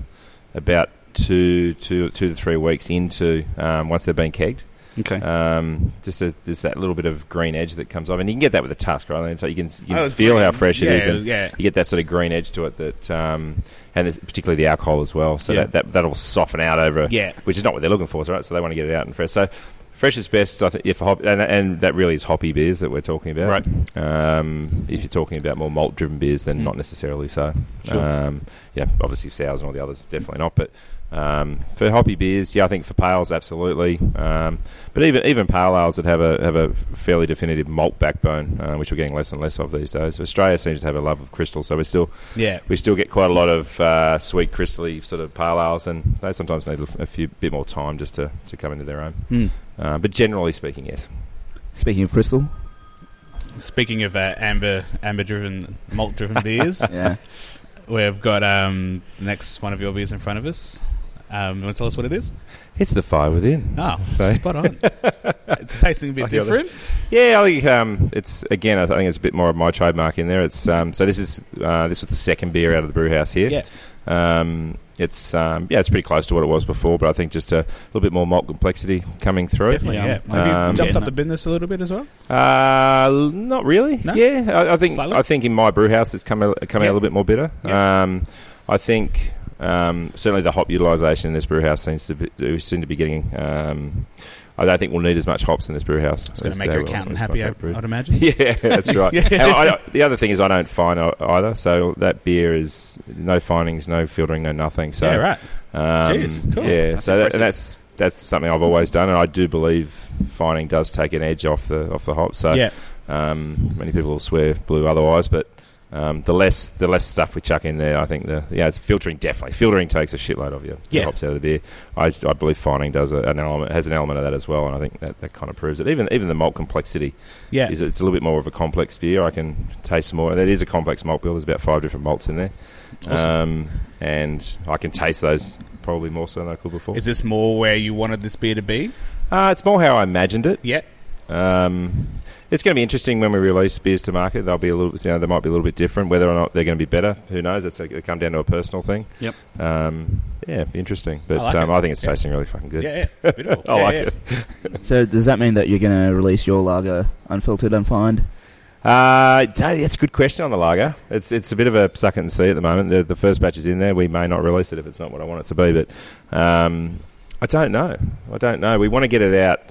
about two two two to three weeks into um, once they've been kegged. Okay. Um, just a, there's that little bit of green edge that comes off, and you can get that with a tusk, right? And so you can, you can Oh, it's feel how green. fresh yeah, it is. And, yeah, you get that sort of green edge to it that, um, and there's- particularly the alcohol as well. So Yeah. that, that that'll soften out over, yeah. which is not what they're looking for, right? So they want to get it out and fresh. So fresh is best, I think. If hop, and, and that really is hoppy beers that we're talking about, Right. Um, if you're talking about more malt-driven beers, then Mm. not necessarily so. Sure. Um, yeah, obviously sours and all the others, definitely not. But um, for hoppy beers, yeah, I think for pales, absolutely. Um, but even even pale ales that have a have a fairly definitive malt backbone, uh, which we're getting less and less of these days. Australia seems to have a love of crystal, so we're still yeah. we still get quite a lot of uh, sweet, crystally sort of pale ales, and they sometimes need a few bit more time just to, to come into their own. Mm. Uh, but generally speaking, yes. Speaking of Bristol, Speaking of uh, amber amber driven malt [laughs] driven beers, yeah. we've got um, the next one of your beers in front of us. Um, you want to tell us what it is? It's the fire within. Oh, So- [laughs] spot on. it's tasting a bit Like the other- different. Yeah, I think um, it's again. I think it's a bit more of my trademark in there. It's um, so this is uh, this was the second beer out of the brew house here. Yeah. Um, it's um, yeah, it's pretty close to what it was before, but I think just a little bit more malt complexity coming through. Definitely, Yeah. yeah. Have Um, you jumped Yeah. up the business a little bit as well? Uh, l- not really. No? Yeah, I, I think Slightly? I think in my brew house it's come out, come out Yeah. a little bit more bitter. Um, I think um, certainly the hop utilization in this brew house seems to be, we seem to be getting. Um, I don't think we'll need as much hops in this brew house. It's going as to make there your will- accountant as happy, I, Black Oak Brew. I'd imagine. [laughs] Yeah, that's right. [laughs] And I, I- the other thing is I don't fine o- either, so that beer is no findings, no filtering, no nothing. So yeah, right. um, Jeez, cool. Yeah, That's so that, impressive. and that's that's something I've always done, and I do believe fining does take an edge off the off the hop. So yeah, um, many people will swear blue otherwise, but um, the less the less stuff we chuck in there, I think the yeah, it's filtering definitely filtering takes a shitload of your your Yeah. hops out of the beer. I, I believe fining does a, an element has an element of that as well, and I think that, that kind of proves it. Even even the malt complexity yeah. is it's a little bit more of a complex beer. I can taste more. That is a complex malt bill. There's about five different malts in there, um, and I can taste those probably more so than I could before. Is this more where you wanted this beer to be? uh, it's more how I imagined it. Yeah. Um, it's going to be interesting when we release beers to market. They'll be a little, you know, they might be a little bit different. Whether or not they're going to be better, who knows? It's a, it'll come down to a personal thing. Yep. Um, yeah, be interesting. But I, like um, it. I think it's Yeah. tasting really fucking good. Yeah, [laughs] yeah. Beautiful. I Yeah, like yeah. it. so does that mean that you're going to release your lager unfiltered, unfined? Uh, Tony, that's a good question on the lager. It's it's a bit of a suck it and see at the moment. The, the first batch is in there. We may not release it if it's not what I want it to be, but um, I don't know. I don't know. We want to get it out.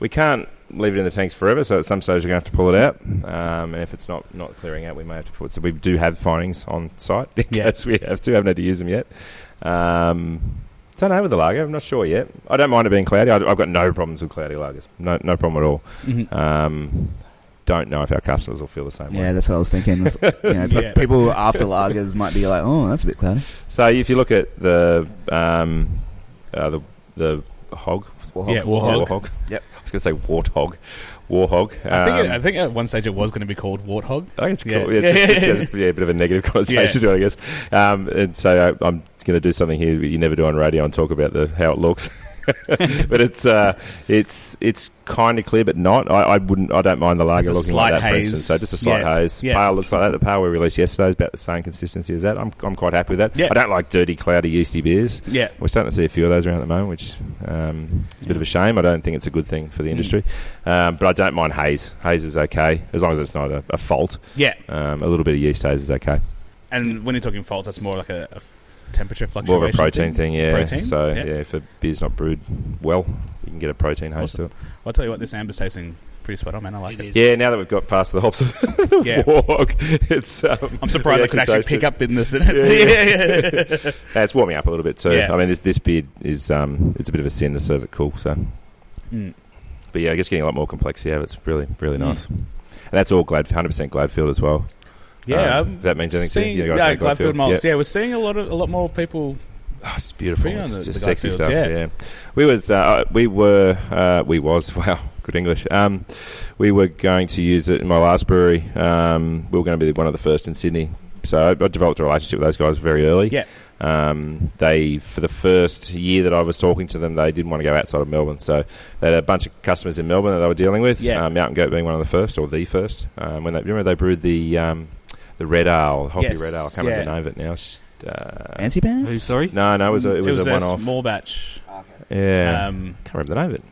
We can't leave it in the tanks forever, so at some stage we're going to have to pull it out. Um, and if it's not, not clearing out, we may have to pull it. So we do have findings on site [laughs] in Yeah. case we have to. haven't had to use them yet. Um, don't know with the lager. I'm not sure yet. I don't mind it being cloudy. I, I've got no problems with cloudy lagers. No, no problem at all. Mm-hmm. Um, don't know if our customers will feel the same Yeah, way. that's what I was thinking. It's- You know, Yeah. pe- People after lagers might be like, oh, that's a bit cloudy. So if you look at the um, uh, the the hog, warhog, Yeah, warhog. Yep. I was going to say warthog, warhog. I think, it, Um, I think at one stage it was going to be called Warthog. I think Oh, it's cool. Yeah. Yeah. it's just, just [laughs] has a- yeah, a bit of a negative [laughs] connotation to it, I guess. Um, and so I, I'm going to do something here that you never do on radio and talk about the how it looks. [laughs] but it's uh, it's it's kind of clear, but not. I, I wouldn't. I don't mind the lager There's a looking like slight that, for haze. instance. So just a slight Yeah. haze. Yeah. Pale looks like that. The pale we released yesterday is about the same consistency as that. I'm I'm quite happy with that. Yeah. I don't like dirty, cloudy, yeasty beers. Yeah. We're starting to see a few of those around at the moment, which um, is a bit of a shame. I don't think it's a good thing for Mm. the industry, um, but I don't mind haze. Haze is okay as long as it's not a, a fault. Yeah. Um, a little bit of yeast haze is okay. And when you're talking faults, that's more like a, a f- temperature fluctuation. More of a protein thing, yeah. Protein? So Yeah. yeah. if a beer's not brewed well, you can get a protein haze Awesome. to Well, I'll tell you what, this amber's tasting pretty spot on, man. I like it. it. Yeah, now that we've got past the hops of [laughs] the Yeah. walk, it's um, I'm surprised we I can actually taste pick it. up [laughs] in this. [laughs] yeah, Uh, it's warming up a little bit too. Yeah. I mean, this this beer is um, it's a bit of a sin to serve it cool. So, Mm. but yeah, I guess getting a lot more complexity out of it's really really nice. And that's all Glad, hundred percent Gladfield as well. Yeah, Um, I'm if that means anything seeing, to you. you guys yeah, know Gladfield Yep. malts. Yeah, we're seeing a lot of a lot more people. Oh, it's beautiful. Bring on It's the- just the sexy Garfields, stuff. yeah. Yeah. we was uh, we were uh, we was [laughs] wow, good English. Um, we were going to use it in my last brewery. Um, we were going to be one of the first in Sydney. So I, I developed a relationship with those guys very early. Yeah. Um, they for the first year that I was talking to them, they didn't want to go outside of Melbourne. So they had a bunch of customers in Melbourne that they were dealing with. Yeah. Um, Mountain Goat being one of the first or the first. Um, when they remember they brewed the um, the Red Ale, hoppy Yes, Red Ale. I can't remember yeah. the name of it now. It's, Uh, Fancy pants? Who? Sorry. no, no, it was a, it was a a, one-off. small batch. yeah, Um, can't remember the name of it.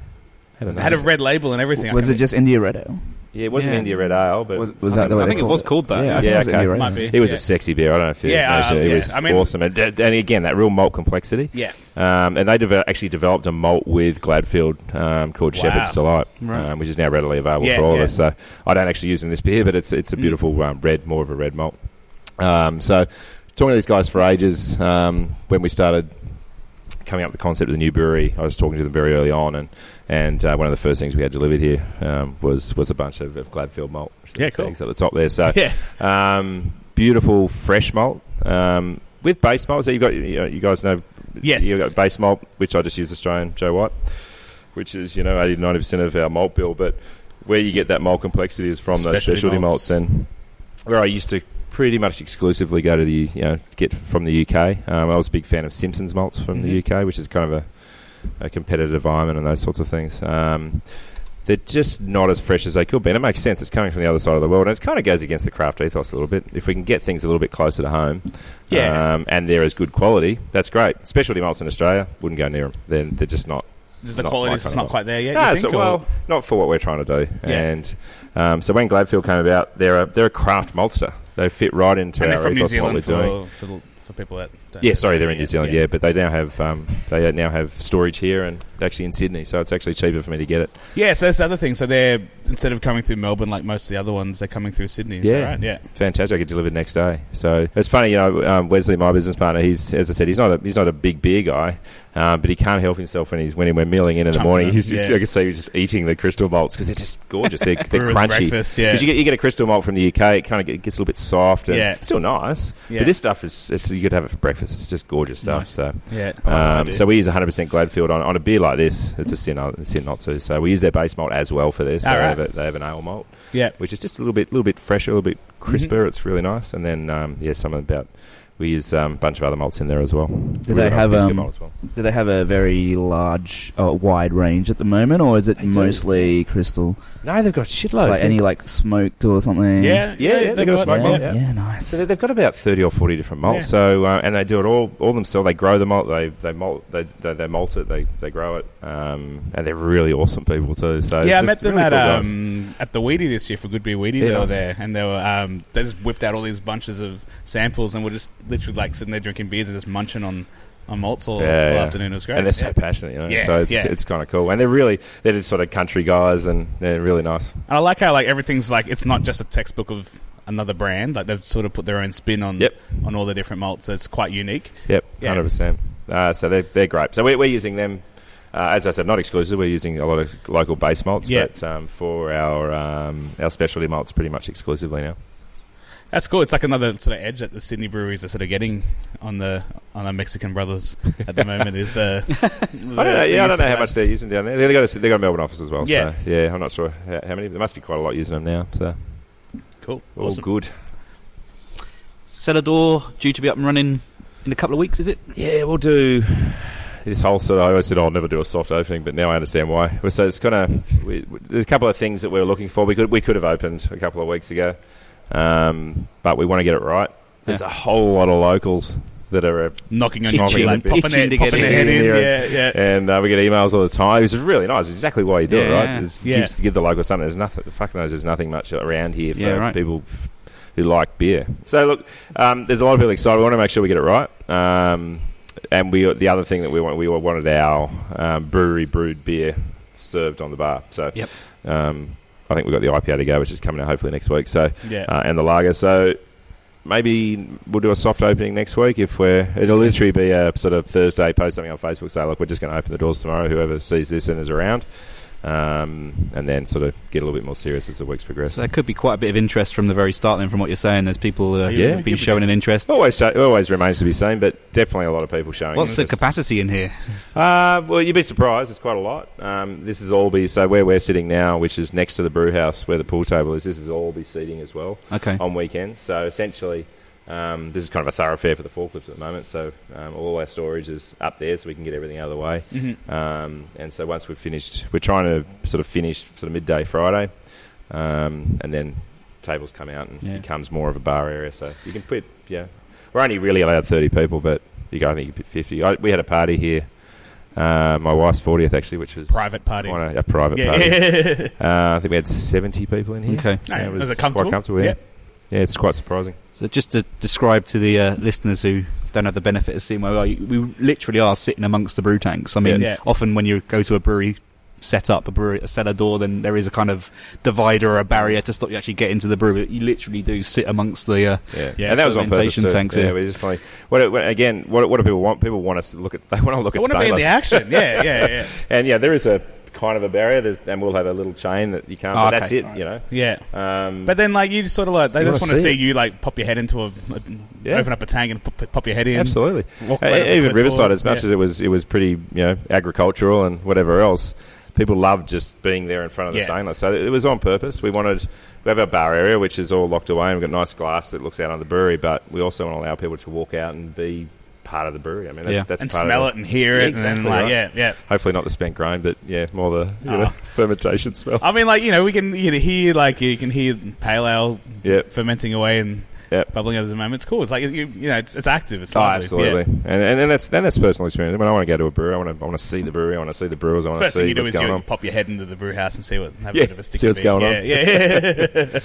Had a it name. had a red label and everything. I Was it can't- just India Red Ale? yeah, it wasn't Yeah. India Red Ale, but Was, was that the way I they think it called was called that. Yeah, I Yeah, think it was okay. India Red Might Ale. be. it was yeah. a sexy beer. I don't know if you Yeah, knows um, it. It yeah. was I mean- awesome, and, and again that real malt complexity. Yeah. Um, and they developed, actually developed a malt with Gladfield um, called Wow. Shepherd's Delight, Right. um, which is now readily available Yeah, for all of yeah. us. So I don't actually use it in this beer, but it's it's a Mm. beautiful um, red, more of a red malt. Um, so talking to these guys for ages um, when we started coming up with the concept of the new brewery. I was talking to them very early on, and and uh, one of the first things we had delivered here um, was was a bunch of, of Gladfield malt. Yeah, cool. Things at the top there. So Yeah. um, beautiful fresh malt um, with base malt. So you've got you, know, you guys know Yes. you've got base malt, which I just use Australian Joe White, which is you know eighty to ninety percent of our malt bill. But where you get that malt complexity is from those Specialty specialty malts. malts. And where I used to pretty much exclusively go to the you know get from the UK. Um, I was a big fan of Simpsons malts from the UK, which is kind of a a competitive environment and those sorts of things. Um, they're just not as fresh as they could be. And it makes sense. It's coming from the other side of the world. And it kind of goes against the craft ethos a little bit. If we can get things a little bit closer to home Yeah. um, and they're as good quality, that's great. Specialty malts in Australia, wouldn't go near them. They're, they're just not. Just the not quality my is just kind of not quite there yet. Nah, you so- think, or- well, not for what we're trying to do. Yeah. And um, so when Gladfield came about, they're a, they're a craft maltster. They fit right into and our they're from New ethos and what we're Zealand doing. for, for, the- for people that. Don't Yeah, sorry, they're in New Zealand. Yeah, but they now have um, they now have storage here and actually in Sydney, so it's actually cheaper for me to get it. Yeah, so that's the other thing. So they're instead of coming through Melbourne like most of the other ones, they're coming through Sydney. Is that Yeah. right? Yeah. Fantastic! I get delivered next day. So it's funny, you know. Um, Wesley, my business partner, he's as I said, he's not a, he's not a big beer guy, um, but he can't help himself when he's when we're mealing in in the Just chucking morning. it, He's just, yeah. I can see he's just eating the crystal malts because they're just gorgeous. [laughs] They're, they're Brew with crunchy. breakfast, yeah. Because you get you get a crystal malt from the UK, it kind of gets a little bit soft. And Yeah. still nice. Yeah. But this stuff is it's, you could have it for breakfast. It's just gorgeous stuff. Nice. So Yeah. um, so we use 100% Gladfield on, on a beer like this. It's a sin, uh, sin not to. So we use their base malt as well for this. So All Ah, right. they, have a, they have an ale malt, yeah. Mm-hmm. which is just a little bit, little bit fresher, a little bit crisper. It's really nice. And then um, yeah, some about we use um, a bunch of other malts in there as well. Do they have, biscuit um, malt as well? Do they have a very large, uh, wide range at the moment, or is it They do. mostly crystal? No, they've got It's shitloads. like any like smoked or something. Yeah, Yeah, yeah, they got a smoke yeah, malt, yeah. yeah. nice. So they- they've got about thirty or forty different malts. So uh, and they do it all all themselves. They grow the malt. They they malt. They they, they malt it. They they grow it. Um, and they're really awesome people too. So Uh, it's yeah, I just met them really at cool guys. um, at the Weedy this year for Good Beer Weedy. Yeah, they were nice. there, and they were um, they just whipped out all these bunches of samples, and we're just literally like sitting there drinking beers and just munching on on malts all, Yeah, all yeah. afternoon. It was great. and they're so Yeah. passionate, you know. Yeah, so it's yeah. it's kind of cool. And they're really they're just sort of country guys, and they're really nice. And I like how like everything's like it's not just a textbook of another brand. Like they've sort of put their own spin on Yep. on all the different malts. So it's quite unique. Yep, Yeah. hundred percent. Uh, so they're they're great. So we're, we're using them. Uh, as I said, not exclusive. We're using a lot of local base malts, Yeah. but um, for our um, our specialty malts, pretty much exclusively now. That's cool. It's like another sort of edge that the Sydney breweries are sort of getting on the on the Mexican brothers at [laughs] the moment. Is uh, I don't know. Yeah, I don't know how much they're using down there. They got a, they got a Melbourne office as well. Yeah. so, yeah. I'm not sure how, how many. There must be quite a lot using them now. So Cool. all Awesome. good. Cellar door due to be up and running in a couple of weeks, is it? Yeah, we'll do this whole sort of. I always said oh, I'll never do a soft opening, but now I understand why. Well, So it's kind of we, we- there's a couple of things that we were looking for. We could we could have opened a couple of weeks ago, um, but we want to get it right. There's a whole lot of locals that are, uh, Knocking on Itching, your like, popping itching their, to get popping their in. head in. Yeah. Yeah, yeah. and uh, we get emails all the time. It's really nice. It's exactly why you do it, Yeah. right? It's Yeah. gives to give the locals something. There's nothing. Fuck knows. There's nothing much around here for Yeah, right. people f- who like beer. So look, um, there's a lot of people excited. We want to make sure we get it right. Um, and we the other thing that we want we wanted our um, brewery brewed beer served on the bar. So Yep. um, I think we've got the IPA to go, which is coming out hopefully next week. So Yeah. uh, and the lager. So maybe we'll do a soft opening next week if we're. It'll literally be a sort of Thursday post something on Facebook. Say, look, we're just going to open the doors tomorrow. Whoever sees this and is around, um, and then sort of get a little bit more serious as the weeks progress. So there could be quite a bit of interest from the very start. Then, from what you're saying, there's people who have Oh, Yeah. been showing an interest. Always, show, always remains to be seen, but definitely a lot of people showing. What's the interest. capacity in here? Uh, well, you'd be surprised. It's quite a lot. Um, this is Allby. So where we're sitting now, which is next to the brew house where the pool table is, this is Allby seating as well. Okay, on weekends. So essentially, um, this is kind of a thoroughfare for the forklifts at the moment. So um, all our storage is up there, so we can get everything out of the way. Mhm. Mm-hmm. Um, and so once we've finished, we're trying to sort of finish sort of midday Friday, um, and then tables come out and Yeah. it becomes more of a bar area. So you can put yeah, we're only really allowed thirty people, but you can only fit fifty. I, we had a party here. Uh, my wife's 40th actually, which was Private party. on a, a private Yeah. party. [laughs] yeah. Uh, I think we had 70 people in here. okay. No, Yeah, it was, was it comfortable? quite comfortable. Yeah. Yeah. yeah, it's quite surprising. So just to describe to the uh, listeners who don't have the benefit of seeing where we are, you- we literally are sitting amongst the brew tanks. I mean, Yeah. Yeah. often when you go to a brewery set up a brewery a cellar door then there is a kind of divider or a barrier to stop you actually getting into the brewery you literally do sit amongst the uh, Yeah, Yeah, and that was on purpose fermentation too. tanks, yeah, yeah. we just finally. What, what again? What, what do people want? People want us to look at. [laughs] They want to look at I want to be in stainless. the action. Yeah, yeah, yeah. and yeah, there is a kind of a barrier. There's, and we'll have a little chain that you can't. Oh, but okay. That's it. You know. yeah. Um, But then, like, you just sort of like they You just wanna want to see see, it. you like pop your head into a, a- Yeah. open up a tank and pop, pop your head in. absolutely. Walk Uh, away with a even clipboard. Riverside, as much Yeah. as it was, it was pretty you know agricultural and whatever else. People loved just being there in front of the Yeah. stainless. So it was on purpose. We wanted we have our bar area, which is all locked away, and we've got nice glass that looks out on the brewery. But we also want to allow people to walk out and be part of the brewery. I mean, that's, Yeah. that's and part smell of it and hear Yeah, it, and exactly then like, right. yeah, yeah. Hopefully not the spent grain, but yeah, more the you know, Ah. [laughs] fermentation smell. I mean, like you know, we can you can hear like you can hear pale ale Yep. fermenting away and Yep. bubbling at the moment. It's cool. It's like you, you know, it's, it's active. It's Oh, lively. absolutely, Yeah. and, and and that's and that's personal experience. When I want to go to a brewery, I want to I want to see the brewery, I want to see the brewers, I want to First thing see you do what's is going you on. pop your head into the brew house and see what have Yeah, a bit of a sticky see what's beak. going on. [laughs] Yeah, yeah.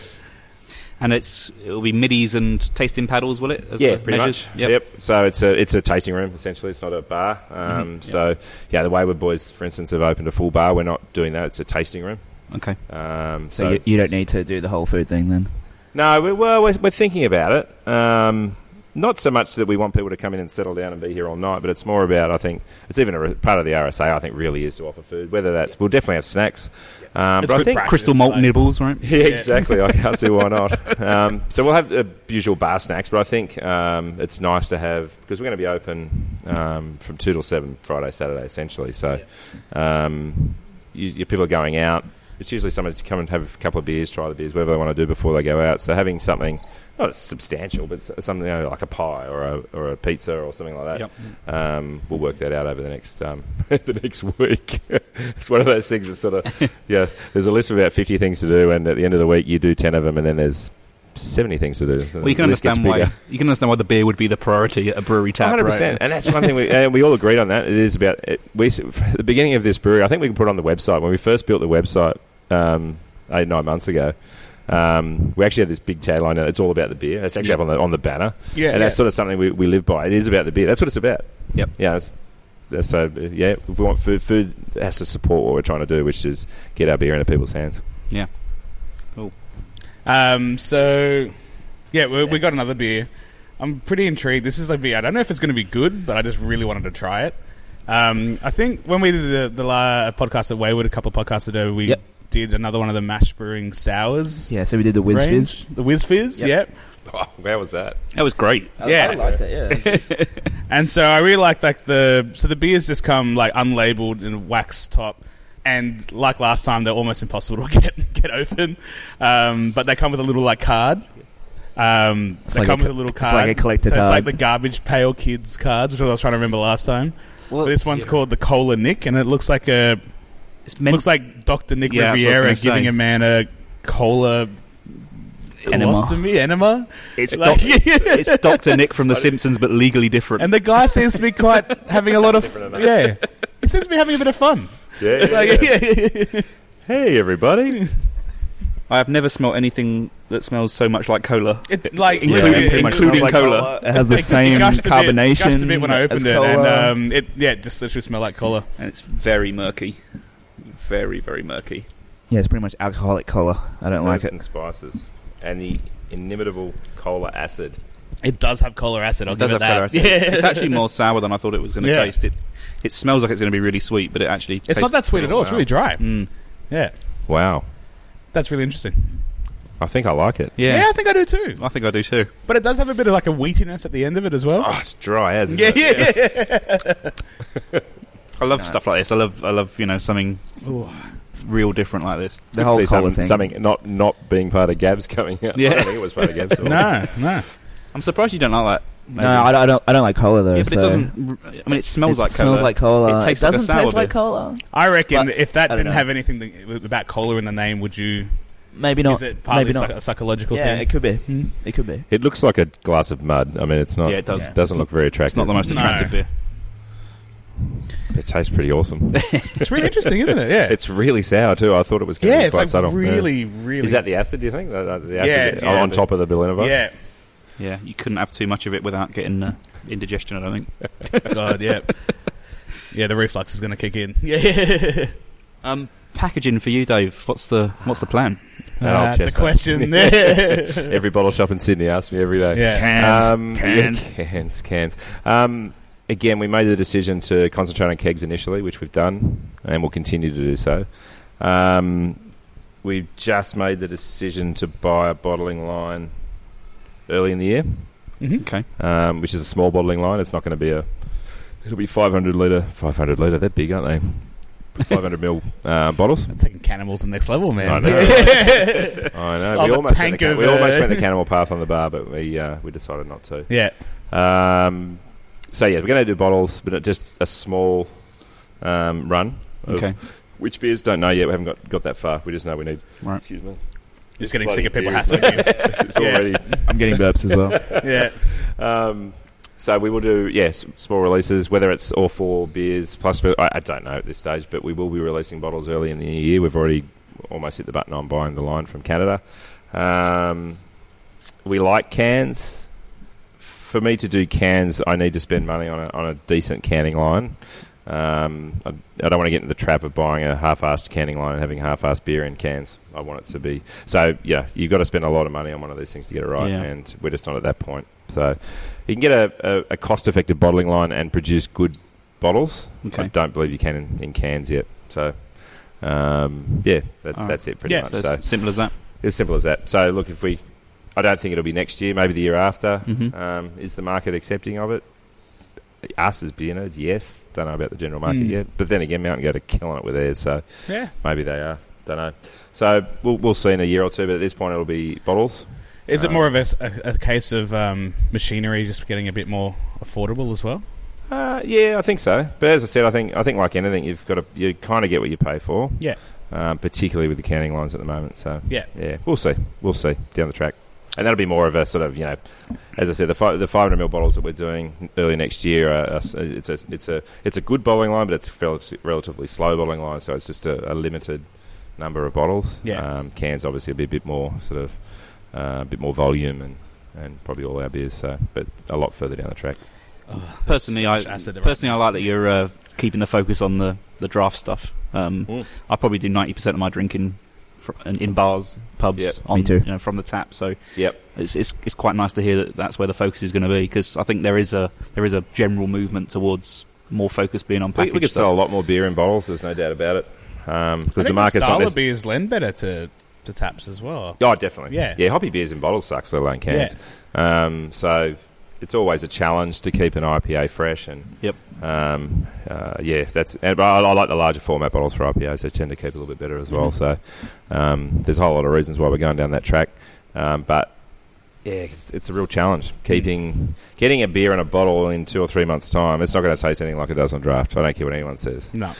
and it's it'll be middies and tasting paddles will it as the pretty measures? much. Yep. Yep. So it's a it's a tasting room essentially. It's not a bar. Um, Mhm. So yeah, the Wayward Boys, for instance, have opened a full bar. We're not doing that. It's a tasting room. okay Um, so you, you don't need to do the whole food thing then. No, we, well, we're, we're thinking about it. Um, not so much that we want people to come in and settle down and be here all night, but it's more about I think it's even a re- part of the RSA. I think really is to offer food. Whether that's we'll definitely have snacks, um, It's but I good think practice, crystal malt like- nibbles right [laughs] yeah, exactly. I can't see why not. Um, so we'll have the usual bar snacks, but I think um, it's nice to have because we're going to be open um, from two till seven Friday, Saturday, essentially. So um, you, you, people are going out. it's usually someone to come and have a couple of beers, try the beers, whatever they want to do before they go out. So having something not substantial, but s- something you know, like a pie or a, or a pizza or something like that. Um, we'll work that out over the next um, [laughs] the next week. [laughs] it's one of those things that sort [laughs] of yeah. There's a list of about fifty things to do, and at the end of the week you do ten of them, and then there's seventy things to do. So Well, you can the list gets understand why bigger. you can understand why the beer would be the priority at a brewery tap, Hundred right? percent, and that's one thing we and we all agreed on that. It is about it, we s- [laughs] at the beginning of this brewery. I think we can put it on the website when we first built the website um, eight nine months ago. Um, we actually had this big tagline. uh, It's all about the beer. It's actually up on the on the banner, Yeah, and that's sort of something we, we live by. It is about the beer. That's what it's about. Yep. Yeah. That's, that's so yeah, if we want food. Food has to support what we're trying to do, which is get our beer into people's hands. Um, so, yeah, we, we got another beer. I'm pretty intrigued. This is like beer. I don't know if it's going to be good, but I just really wanted to try it. Um, I think when we did the, the la- podcast at Wayward a couple of podcasts ago, we Yep. did another one of the mash brewing sours. Yeah, so we did the Whiz range. Fizz. The Whiz Fizz, Yep. yep. Oh, where was that? That was great. I- Yeah. I liked it. Yeah, And so I really like like the so the beers just come like unlabeled in a wax top, and like last time they're almost impossible to [laughs] get get open, um, but they come with a little like card. Um, they like come a with a little co- card. it's like a collector so It's like card. the garbage pail kids cards, which I was trying to remember last time. well, but this one's called the Cola Nick, and it looks like a It's meant looks like Doctor Nick Yeah, that's what I was Riviera gonna say. giving a man a cola Enema. colostomy enema. it's, Like- doc- [laughs] [laughs] it's Doctor Nick from The Simpsons, but legally different. And the guy seems to be quite having a lot of different enough. yeah. He seems to be having a bit of fun. Yeah. Like, yeah. Hey everybody. I have never smelled anything that smells so much like cola. [laughs] It, like Including- literally- pretty much Including Like, cola. [laughs] oh, It has the it same gushed a bit- carbonation. gushed a bit when I as opened it, cola. and um, it yeah, it just literally smelled like cola. and it's very murky, very very murky. yeah, it's pretty much alcoholic cola. I don't like Herbs it. and spices, and the inimitable cola acid. It does have cola acid. I'll It does give it that. have colour, I think. It's actually more sour than I thought it was going to Yeah. taste. It it smells like it's going to be really sweet, but it actually It's not that sweet at all. It's really dry. Mm. Yeah, Wow. that's really interesting. I think I like it. Yeah. Yeah. I think I do too. I think I do too. But it does have a bit of like a wheatiness at the end of it as well. Oh, it's dry as yeah, yeah, yeah. I love stuff like this. I love I love you know something real different like this. The whole cola something, thing. something not not being part of Gabs coming out. Yeah. I don't think it was part of Gabs. at all. [laughs] [laughs] No, no. I'm surprised you don't like that. No, I don't, I don't. I don't like cola though. yeah, but so it doesn't. I mean, it smells it like smells cola. like cola. It tastes like a doesn't sour taste like beer. cola. I reckon But- if that I don't didn't know. have anything to, about cola in the name, would you? Maybe not. is it partly maybe psych- not. a psychological Yeah, thing? it could be. Hmm? It could be. It looks like a glass of mud. I mean, it's not. Yeah, it does. Yeah. Doesn't look very It's attractive. not the most No. attractive beer. It tastes pretty awesome. [laughs] It's really interesting, isn't it? Yeah, it's really sour too. I thought it was going yeah. to be It's quite like subtle. Yeah. really, really. Is that the acid? Do you think the, the- the Yeah, acid yeah. on top of the Berliner yeah? Yeah, you couldn't have too much of it without getting uh, indigestion. I don't [laughs] think. God, yeah. Yeah, the reflux is going to kick in. Yeah. Um, packaging for you, Dave. What's the what's the plan? I'll chest That's the that. [laughs] question there. Every bottle shop in Sydney asks me every day. yeah. Um, cans. yeah, cans, cans. Um, again, we made the decision to concentrate on kegs initially, which we've done, and we'll continue to do so. Um, we've just made the decision to buy a bottling line early in the year, Mm-hmm. Okay. um, which is a small bottling line. It's not going to be a. It'll be 500 liter, 500 liter. They're big, aren't they? 500 mil uh, bottles. I'm taking cannibals to the next level, man. I know. [laughs] Yeah. I know. Of we a almost, went tank the, ca- of, we almost uh, [laughs] went the cannibal path on the bar, but we uh, we decided not to. yeah. Um, so yeah, we're going to do bottles, but just a small um, run. of- Okay. Which beers don't know yet. We haven't got, got that far. We just know we need. Right. Excuse me. Just getting bloody sick of people beer. hassling you. [laughs] [laughs] It's Yeah. already. I'm getting burps as well. Yeah. Um, so we will do yes small releases, whether it's all four beers plus. I, I don't know at this stage, but we will be releasing bottles early in the year. We've already almost hit the button on buying the line from Canada. Um, we like cans. For me to do cans, I need to spend money on a, on a decent canning line. Um, I, I don't want to get into the trap of buying a half-assed canning line and having half-assed beer in cans. I want it to be so. Yeah, you've got to spend a lot of money on one of these things to get it right, Yeah. and we're just not at that point. So you can get a, a, a cost-effective bottling line and produce good bottles. I Okay. don't believe you can in, in cans yet. So um, yeah, that's All right. that's it pretty Yeah, much. So so it's simple as that. it's simple as that. So look, if we, I don't think it'll be next year, maybe the year after. Mhm. Um, is the market accepting of it? Us as beer Hmm. nerds, yes. Don't know about the general market Mm. yet. But then again, Mountain Goat are killing it with theirs, so Yeah. maybe they are. don't know. So we'll, we'll see in a year or two, but at this point it'll be bottles. Is it Um, more of a, a, a case of um, machinery just getting a bit more affordable as well? Uh, yeah, I think so. But as I said, I think I think like anything, you've got to you kind of get what you pay for. Yeah. Um, particularly with the counting lines at the moment. So Yeah. yeah, we'll see. We'll see down the track, and that'll be more of a sort of you know, as I said, the fi- the 500 ml bottles that we're doing early next year. Are, are s- it's a it's a it's a good bottling line, but it's fel- relatively slow bottling line. So it's just a, a limited number of bottles. Yeah. Um, cans obviously will be a bit more sort of uh, a bit more volume and. And probably all our beers, so but a lot further down the track. personally, I Such acid right personally I now. like that you're uh, keeping the focus on the the draft stuff. Um, Mm. I probably do ninety percent of my drinking fr- in, in bars, pubs, Yep. on Me too. you know from the tap. So Yep. it's it's, it's quite nice to hear that that's where the focus is going to be because I think there is a there is a general movement towards more focus being on We, package. we could stuff. sell a lot more beer in bottles. There's no doubt about it. Um, I because the think market's style not of necessarily. beers lend better to, to taps as well. Oh, definitely. Yeah. Yeah, hoppy beers in bottles sucks, let alone cans. Um, so it's always a challenge to keep an IPA fresh. And Yep. Um, uh, yeah, that's. And, but I, I like the larger format bottles for IPAs. They tend to keep a little bit better as well. So Mm-hmm. um, there's a whole lot of reasons why we're going down that track. Um, but yeah, it's, it's a real challenge keeping getting a beer in a bottle in two or three months' time. It's not going to taste anything like it does on draft. I don't care what anyone says. No.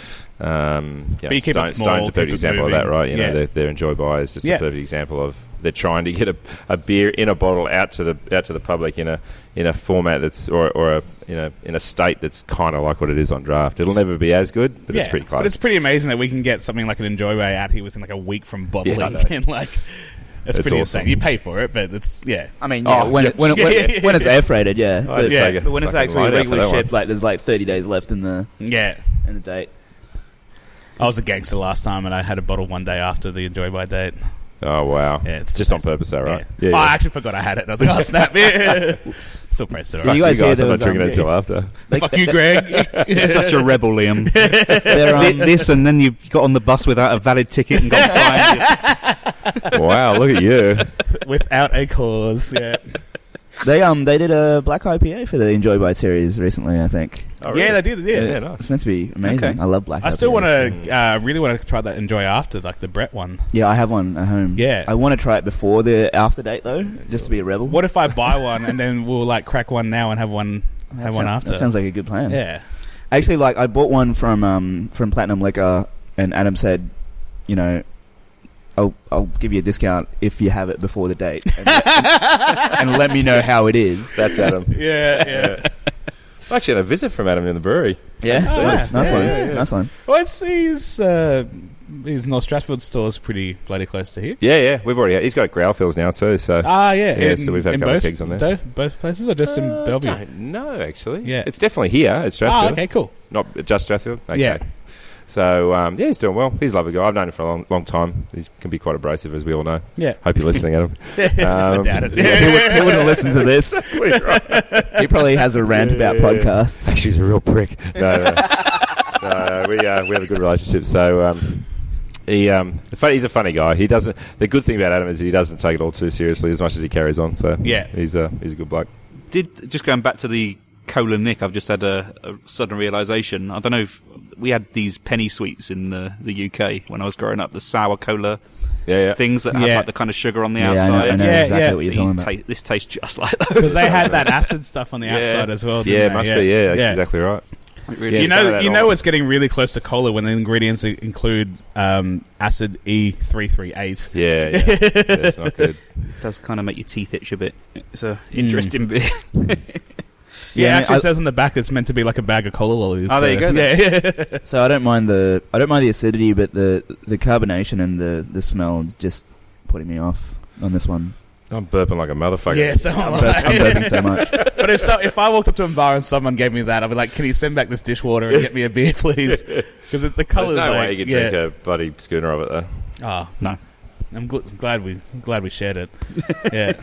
Um, you know, But you keep Stone- it small, Stone's a keep perfect it example of that, moving. right? You Yeah. know, their, their enjoy buy is just Yeah. a perfect example of they're trying to get a, a beer in a bottle out to the out to the public in a in a format that's or or a you know in a state that's kind of like what it is on draft. It'll never be as good, but it's Yeah. pretty close. But it's pretty amazing that we can get something like an Enjoy Way out here within like a week from Bobble Yeah, I know. even. [laughs] Like, that's It's pretty awesome. insane. You pay for it, but it's, yeah. [laughs] I mean, Oh, yeah, when, yeah. it, when, it, when, it- when it's air freighted, yeah. I'd But, yeah. take a but when it's fucking actually load out for regularly that one. shipped, like there's like 30 days left in the Yeah. in the date. I was a gangster last time and I had a bottle one day after the Enjoy By date. oh wow, Yeah, it's just on purpose, though, right? Yeah. oh, I actually forgot I had it. I was like, [laughs] oh, snap. [laughs] Yeah. Still pressed it, So right? you guys hear I'm there not was, drinking um, it until after. Like, Fuck th- you, th- Greg. Such a rebel, Liam. they're, um, this, [laughs] and then you got on the bus without a valid ticket [laughs] and got fined. wow, look at you. [laughs] Without a cause. [laughs] Yeah. they um they did a black IPA for the Enjoy By series recently, I think. Oh, [laughs] Yeah, really? they did. Yeah. yeah, nice. It's meant to be amazing. Okay. I love black. I still IPAs. want to, uh, really want to try that Enjoy After, like the Brett one. Yeah, I have one at home. Yeah. I want to try it before the after date though, just to be a rebel. What if I buy one and then we'll like crack one now and have one? That have one sound- after. That sounds like a good plan. Yeah. Actually, like I bought one from um from Platinum Liquor, and Adam said, you know. I'll, I'll give you a discount if you have it before the date, and [laughs] let, and let me know how it is. That's Adam. [laughs] Yeah, yeah. I actually had a visit from Adam in the brewery. Yeah, Oh, nice, [laughs] yeah. nice Yeah, one, yeah, yeah. nice [laughs] one. well, it's his, uh, his North Stratford store's pretty bloody close to here. Yeah, yeah, we've already. He's got growl fills now too. So Ah, yeah. Yeah, so we've had a couple of both, gigs on there. Both, both places or just in Uh, Bellevue? don't know, actually. Yeah. It's definitely here at Strathfield. Ah, okay, cool. Not just Strathfield. Okay. Yeah. So, um, yeah, he's doing well. He's a lovely guy. I've known him for a long, long time. He can be quite abrasive, as we all know. Yeah. Hope you're listening, [laughs] Adam. I [laughs] Um, doubt it. He, would, he wouldn't listen to this. He probably has a rant about podcasts. [laughs] She's a real prick. No, no, no. No, no, we, uh, we have a good relationship. So, um, he, um, the fun- he's a funny guy. He doesn't. The good thing about Adam is he doesn't take it all too seriously as much as he carries on. So, Yeah. he's a, he's a good bloke. Did just going back to the cola nick? I've just had a, a sudden realization. I don't know if we had these penny sweets in the, the UK when I was growing up. The sour cola Yeah, yeah. things that Yeah. had like the kind of sugar on the Yeah, I know, outside. I know Yeah, exactly yeah. what you're These talking about. ta- this tastes just like [laughs] [laughs] that. Because [laughs] they had that acid stuff on the Yeah. outside as well. yeah, didn't it they? must be. Yeah, that's exactly right. you it's kinda know, that you know, old- it's getting really close to cola when the ingredients i- include um, acid E three three eight. Yeah, yeah. yeah it's [laughs] not good. It does kind of make your teeth itch a bit. It's a Hmm. interesting bit. Yeah, Yeah, it actually I- says on the back it's meant to be like a bag of cola lollies. Oh, there so- you go Yeah, So I don't mind the I don't mind the acidity, but the the carbonation and the the smell is just putting me off on this one. [laughs] I'm burping like a motherfucker. yeah. So I'm I'm, bur- like, I'm burping so much. but if so, if I walked up to a bar and someone gave me that, I'd be like, "Can you send back this dishwater and get me a beer, please?" Because the There's colors. no like, way you could yeah. drink a bloody schooner of it, though. Ah, No. I'm gl- glad we glad we shared it. Yeah.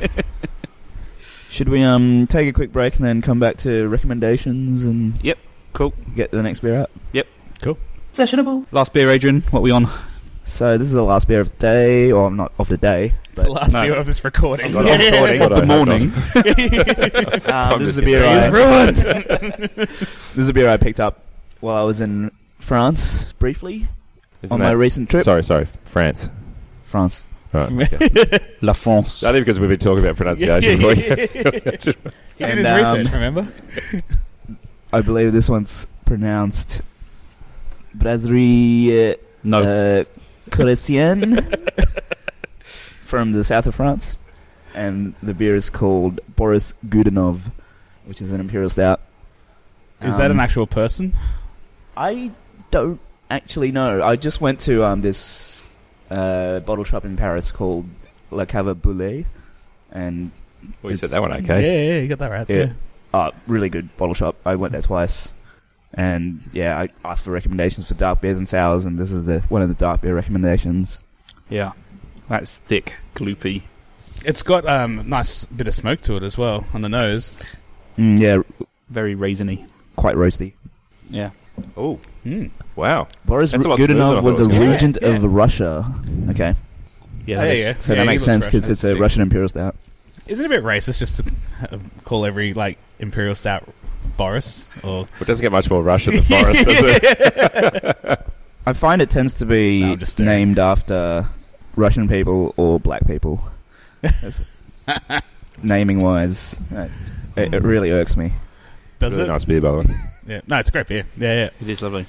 Should we um take a quick break and then come back to recommendations and Cool. get the next beer up? Sessionable. [laughs] Last beer, Adrian. What we on? So this is the last beer of the day, or not of the day. It's the But, last No. beer of this recording. I've got it. Recording. Of Good, I the hope not. morning. um, this is a Obviously. beer. It I, was ruined. this is a beer I picked up while I was in France briefly. Isn't on that- my recent trip. Sorry, sorry, France. France. Right. La France. Only because we've been talking about pronunciation. for Yeah, [laughs] yeah, you. yeah, yeah. He did And, his um, research, remember? I believe this one's pronounced Brasserie No, uh, Correcienne [laughs] from the south of France. And the beer is called Boris Godunov, which is an imperial stout. Is that an Um, actual person? I don't actually know. I just went to um, this uh, bottle shop in Paris called La Cava Boulet, and [laughs] Well, you said It's- that one okay. Yeah, yeah, yeah, you got that right. Yeah. uh, really good bottle shop. I went there twice, and yeah, I asked for recommendations for dark beers and sours, and this is the, one of the dark beer recommendations. yeah, that's thick, gloopy. It's got um nice bit of smoke to it as well on the nose. Mm, yeah, very raisiny. quite roasty. Yeah. Oh, Mm. wow. Boris That's a lot smoother than I Godunov thought was it a was gonna be. regent Yeah, of Russia. Okay, Yeah, There that you is- go. so Yeah, that he makes looks sense fresh. because it's a That's sick. Russian imperial stout. Isn't it a bit racist just to uh, call every like imperial stout Boris [laughs] or? It doesn't get much more Russian [laughs] than Boris, does it? I find it tends to be No, I'm just staring. named after Russian people or black people. That's- Naming wise, it, it it really irks me. [laughs] Does really it? nice beer, by the way. Yeah. No, it's a great beer. Yeah, It is lovely.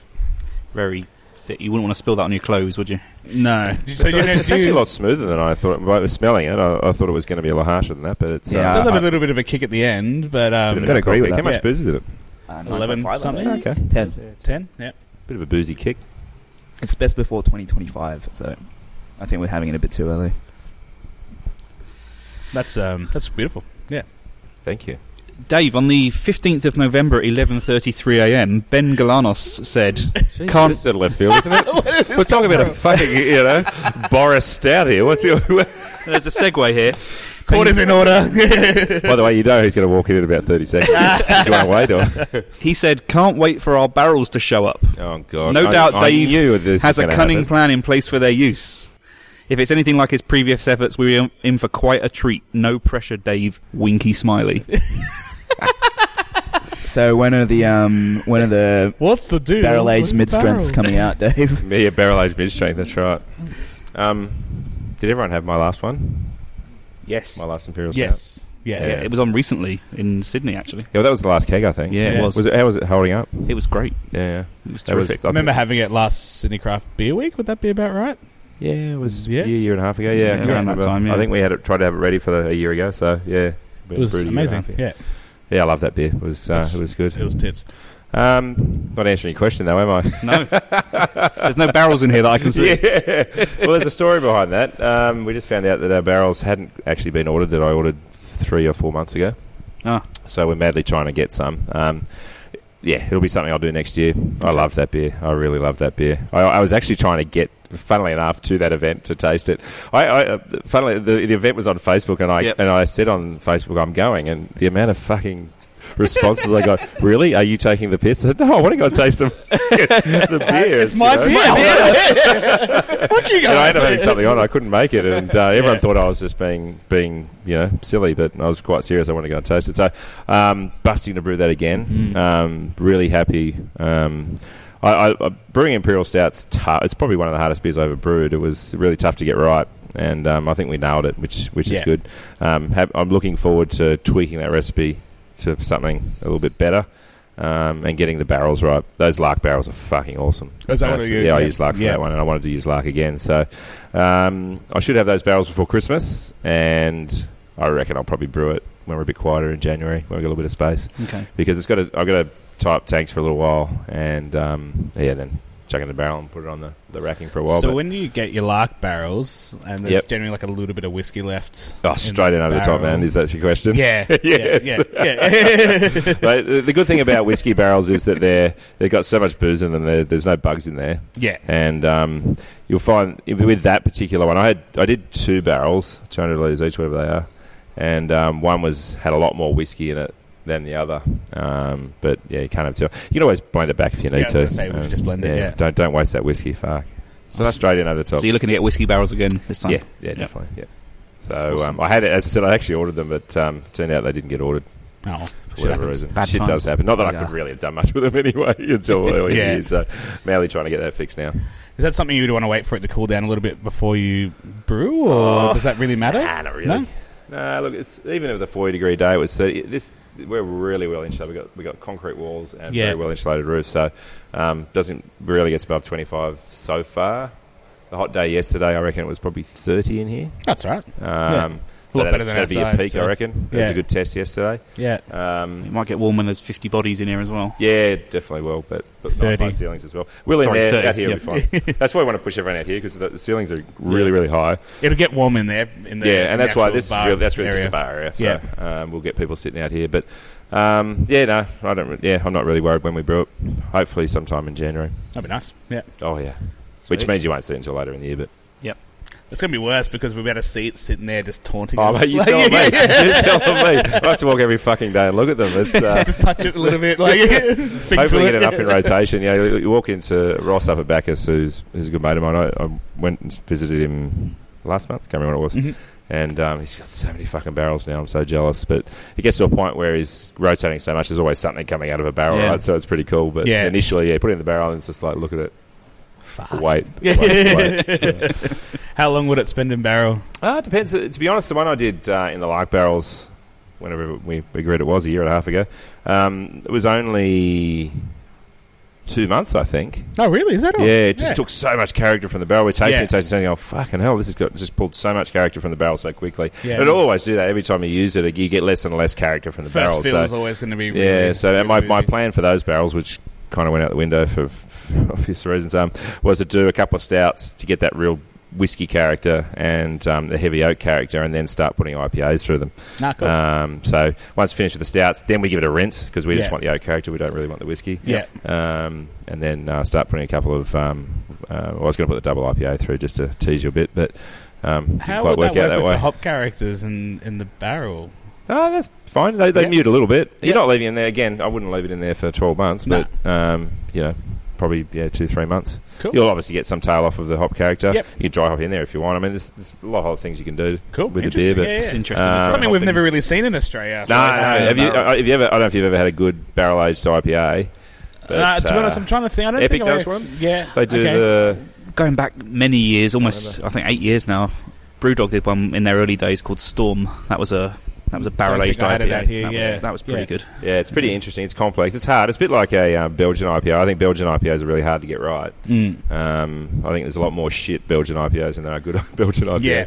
Very thick. You wouldn't want to spill that on your clothes, would you? yeah. No, Did you- It's, so you it's- don't it's actually do- a lot smoother than I thought. By smelling it, I, I thought it was going to be a lot harsher than that, but it's Yeah, It uh, does have I- a little bit of a kick at the end, but bit of um, a Gotta agree with kick. that. How much Yeah. booze is it? Uh, 11 9.5, I something? think. Okay. ten. ten. Yeah. Bit of a boozy kick. It's best before 2025, so I think we're having it a bit too early. That's um, that's beautiful. Thank you. Dave, on the 15th of November at 11.33 a.m., Ben [laughs] Galanos said, Can't this is out of left field, isn't it? We're talking about a fucking you know Boris Stout here. What's your? there's a segue here. Quarters in order. [laughs] By the way, you know he's going to walk in in about thirty [laughs] seconds. Do you want to wait or? He said, can't wait for our barrels to show up. Oh God! No I- doubt I Dave knew this has was a gonna cunning happen. plan in place for their use. If it's anything like his previous efforts, we're in for quite a treat. No pressure, Dave. Winky smiley. So when are the um when are the What's the deal? barrel aged with mid strengths barrels? coming out, [laughs] Dave? Me a barrel aged mid strength. That's right. Um, did everyone have my last one? [laughs] yes. My last imperial. Stout? Yes. Yeah. Yeah, yeah. it was on recently in Sydney, actually. Yeah, well, that was the last keg, I think. Yeah, Yeah. it was. Was it? How was it holding up? It was great. Yeah, yeah. It was That was- terrific. I I remember think- having it last Sydney Craft Beer Week. Would that be about right? Yeah, it was Yeah. a year, year and a half ago. Yeah, Yeah, I can't around that remember. time, yeah. I think we had it tried to have it ready for the, a year ago. So yeah, It was uh, amazing. Yeah, Yeah, I love that beer. It was uh, it was good. it was tits. Um, not answering your question though, am I? no. There's no barrels in here that I can see. [laughs] yeah. Well, there's a story behind that. Um, we just found out that our barrels hadn't actually been ordered that I ordered three or four months ago. Ah. So we're madly trying to get some. Um, yeah, it'll be something I'll do next year. I love that beer. I really love that beer. I, I was actually trying to get, funnily enough, to that event to taste it. I, I uh, funnily, the, the event was on Facebook, and I Yep. and I said on Facebook I'm going, and the amount of fucking responses I got. [laughs] Really? Are you taking the piss? I said, no, I want to go and taste the, [laughs] the beer. It's my [laughs] beer. Fuck you I ended up having something on. I couldn't make it, and uh, everyone thought I was just being being you know silly, but I was quite serious. I wanted to go and taste it. So, um, busting to brew that again. Mm. Um, really happy. Um, I, I, I, brewing imperial stouts. Tou- it's probably one of the hardest beers I ever brewed. It was really tough to get right. And um, I think we nailed it, which which Yeah. is good. Um, have, I'm looking forward to tweaking that recipe to something a little bit better um, and getting the barrels right. Those lark barrels are fucking awesome. Oh, Is that what Honestly, you- yeah, I yeah. used lark for Yeah. that one, and I wanted to use lark again. So um, I should have those barrels before Christmas, and I reckon I'll probably brew it when we're a bit quieter in January when we have got a little bit of space Okay. because it's got to, I've got to type tanks for a little while, and um, yeah, then chuck it in the barrel and put it on the, the racking for a while. so but- when you get your lark barrels, and there's Yep. generally like a little bit of whiskey left. oh, straight in over the top, man. Is that your question? yeah, yeah, [laughs] Yes. yeah, yeah. [laughs] But the the good thing about whiskey barrels is that they're they've got so much booze in them. there- There's no bugs in there. yeah. and um, you'll find with that particular one, I had I did two barrels, two hundred litres each, whatever they are, and um, one was had a lot more whiskey in it than the other. Um, but yeah, you can't have two. You can always blend it back if you need Yeah, I was to. gonna say, we Um, should just blend it, yeah. don't don't waste that whiskey. Fuck. So that's straight in over the top. So you're looking to get whiskey barrels again this time? yeah, yeah, definitely. Yeah. So um, I had it as I said, I actually ordered them, but um, turned out they didn't get ordered. Oh. for whatever happens. reason. Bad Shit times. does happen. Not that I Yeah. could really have done much with them [laughs] anyway until early Yeah. years. So, mainly trying to get that fixed now. Is that something you'd want to wait for it to cool down a little bit before you brew, or Oh, does that really matter? [laughs] Nah, not really. Nah, look, it's even with a forty degree day, it was so this. We're really well insulated. We got we got concrete walls and Yeah. very well insulated roof, so um, doesn't really gets above twenty five so far. The hot day yesterday, I reckon it was probably thirty in here. That's all right. Um, A So lot that'd, better than that'd outside, be a peak, so- I reckon. It was Yeah. a good test yesterday. Yeah. It Um, might get warm when there's 50 bodies in here as well. yeah, definitely will, but, but nice 30. high ceilings as well. We'll in Sorry, there, 30, out here will be fine. That's why we want to push everyone out here because the, the ceilings are really, really high. It'll get warm in there. In the, yeah, in and the that's why actual this is bar really, that's really just area. a bar area. So um, we'll get people sitting out here. But um, yeah, no, I don't. re- Yeah, I'm not really worried when we brew it. Hopefully, sometime in January. That'd be nice. Yeah. Oh yeah, which means you won't see it until later in the year. But It's gonna be worse because we've got a seat sitting there just taunting oh, us. mate, you [laughs] Like, telling me? You telling me? I have to walk every fucking day and look at them. It's [laughs] uh, just touch it a little bit, [laughs] like [laughs] sink Hopefully, to get it. [laughs] enough in rotation. Yeah, you you walk into Ross up at Bacchus, who's, who's a good mate of mine. I, I went and visited him last month. Can't remember when it was. Mhm. And um, he's got so many fucking barrels now. I'm so jealous. But it gets to a point where he's rotating so much. There's always something coming out of a barrel, Yeah. right? So it's pretty cool. But Yeah. initially, yeah, put it in the barrel and it's just like look at it. Fuck. Wait, [laughs] wait, wait. Yeah. [laughs] How long would it spend in barrel? Uh, it depends. Uh, To be honest, the one I did uh, in the like barrels, whenever we agreed it was a year and a half ago, um, it was only two months, I think. Oh, really? Is that all? Yeah, it just took so much character from the barrel. We're tasting Yeah. it, tasting it, saying, oh, fucking hell, this has got just pulled so much character from the barrel so quickly. Yeah. It'll always do that. Every time you use it, you get less and less character from the barrel. First fill is so, always going to be. yeah, really- so really my, my busy. plan for those barrels, which kind of went out the window for, [laughs] for obvious reasons, um, was to do a couple of stouts to get that real whiskey character and um, the heavy oak character and then start putting IPAs through them. Nah, cool. Um, so once finished with the stouts, then we give it a rinse because we just Yeah. want the oak character. We don't really want the whiskey yeah. um, and then uh, start putting a couple of. Um, uh, I was going to put the double IPA through just to tease you a bit, but um, didn't How quite would work out that work that with way. the hop characters in, in the barrel? no, that's fine. They, they Yeah. mute a little bit. You're Yeah. not leaving it in there again. I wouldn't leave it in there for 12 months, but um, you know, probably yeah, two three months. Cool. You'll obviously get some tail off of the hop character. Yep. You can dry hop in there if you want. I mean, there's, there's a lot of things you can do Cool. with the beer, Interesting. but. yeah, It's yeah. interesting. Uh, Something we've never really seen in Australia. No, Like, no. uh, Have you, uh, have you ever? I don't know if you've ever had a good barrel aged IPA. But, uh, to be uh, honest, I'm trying to think. I don't Epic think I've does ever- one? Yeah, they do okay. the Going back many years, almost I think eight years now. Brewdog did one in their early days called Storm. That was a that was a barrel aged think I IPA. had it out here, that, yeah. was, that was pretty Yeah. good. Yeah, it's pretty interesting. It's complex. It's hard. It's a bit like a uh, Belgian IPA. I think Belgian IPAs are really hard to get right. Mm. Um, I think there's a lot more shit Belgian IPAs than there are good [laughs] Belgian IPAs. Yeah.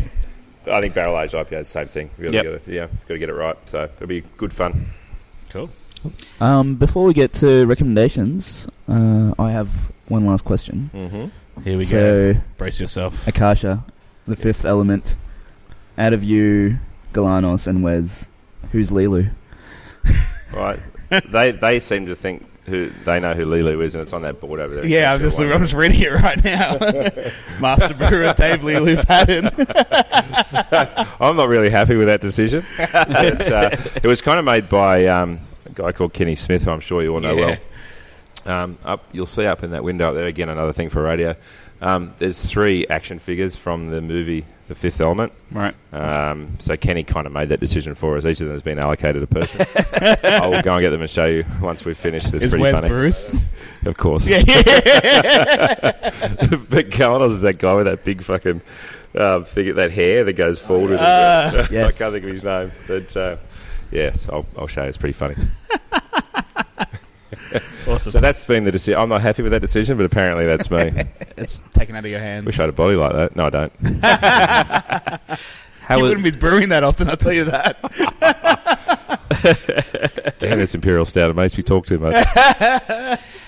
But I think barrel aged IPAs same thing. We gotta Yep. get it, yeah, got to get it right. So it'll be good fun. Um, before we get to recommendations, uh, I have one last question. Mm-hmm. Here we go. so, Brace yourself. Akasha, the fifth element, out of you, Galanos, and Wes, who's Lilu? Right? [laughs] they they seem to think who they know who Lilu is, and it's on that board over there. Yeah, I'm just, I'm just reading it right now. [laughs] Master Brewer Dave Lulu Patton. I'm not really happy with that [laughs] decision. But, uh, it was kind of made by um, a guy called Kenny Smith, who I'm sure you all know Yeah. well. Um, up, you'll see up in that window up there again. Another thing for radio. Um, there's three action figures from the movie The Fifth Element. Right. Um, so Kenny kind of made that decision for us. Each of them has been allocated a person. [laughs] I will go and get them and show you once we finish. That's Is pretty Wes funny, Bruce? of course. yeah. [laughs] but Carlos is that guy with that big fucking um, thing, that hair that goes forward. with Ah. it. Yes. [laughs] I can't think of his name, but uh, yes, I'll, I'll show you. It's pretty funny. [laughs] awesome. So that's been the decision. I'm not happy with that decision, but apparently that's [laughs] me. [laughs] it's taken out of your hands. Wish I had a body like that. No, I don't. [laughs] How you was- wouldn't be brewing that often, I'll tell you that. Damn this imperial stout. It makes me talk too [laughs] much.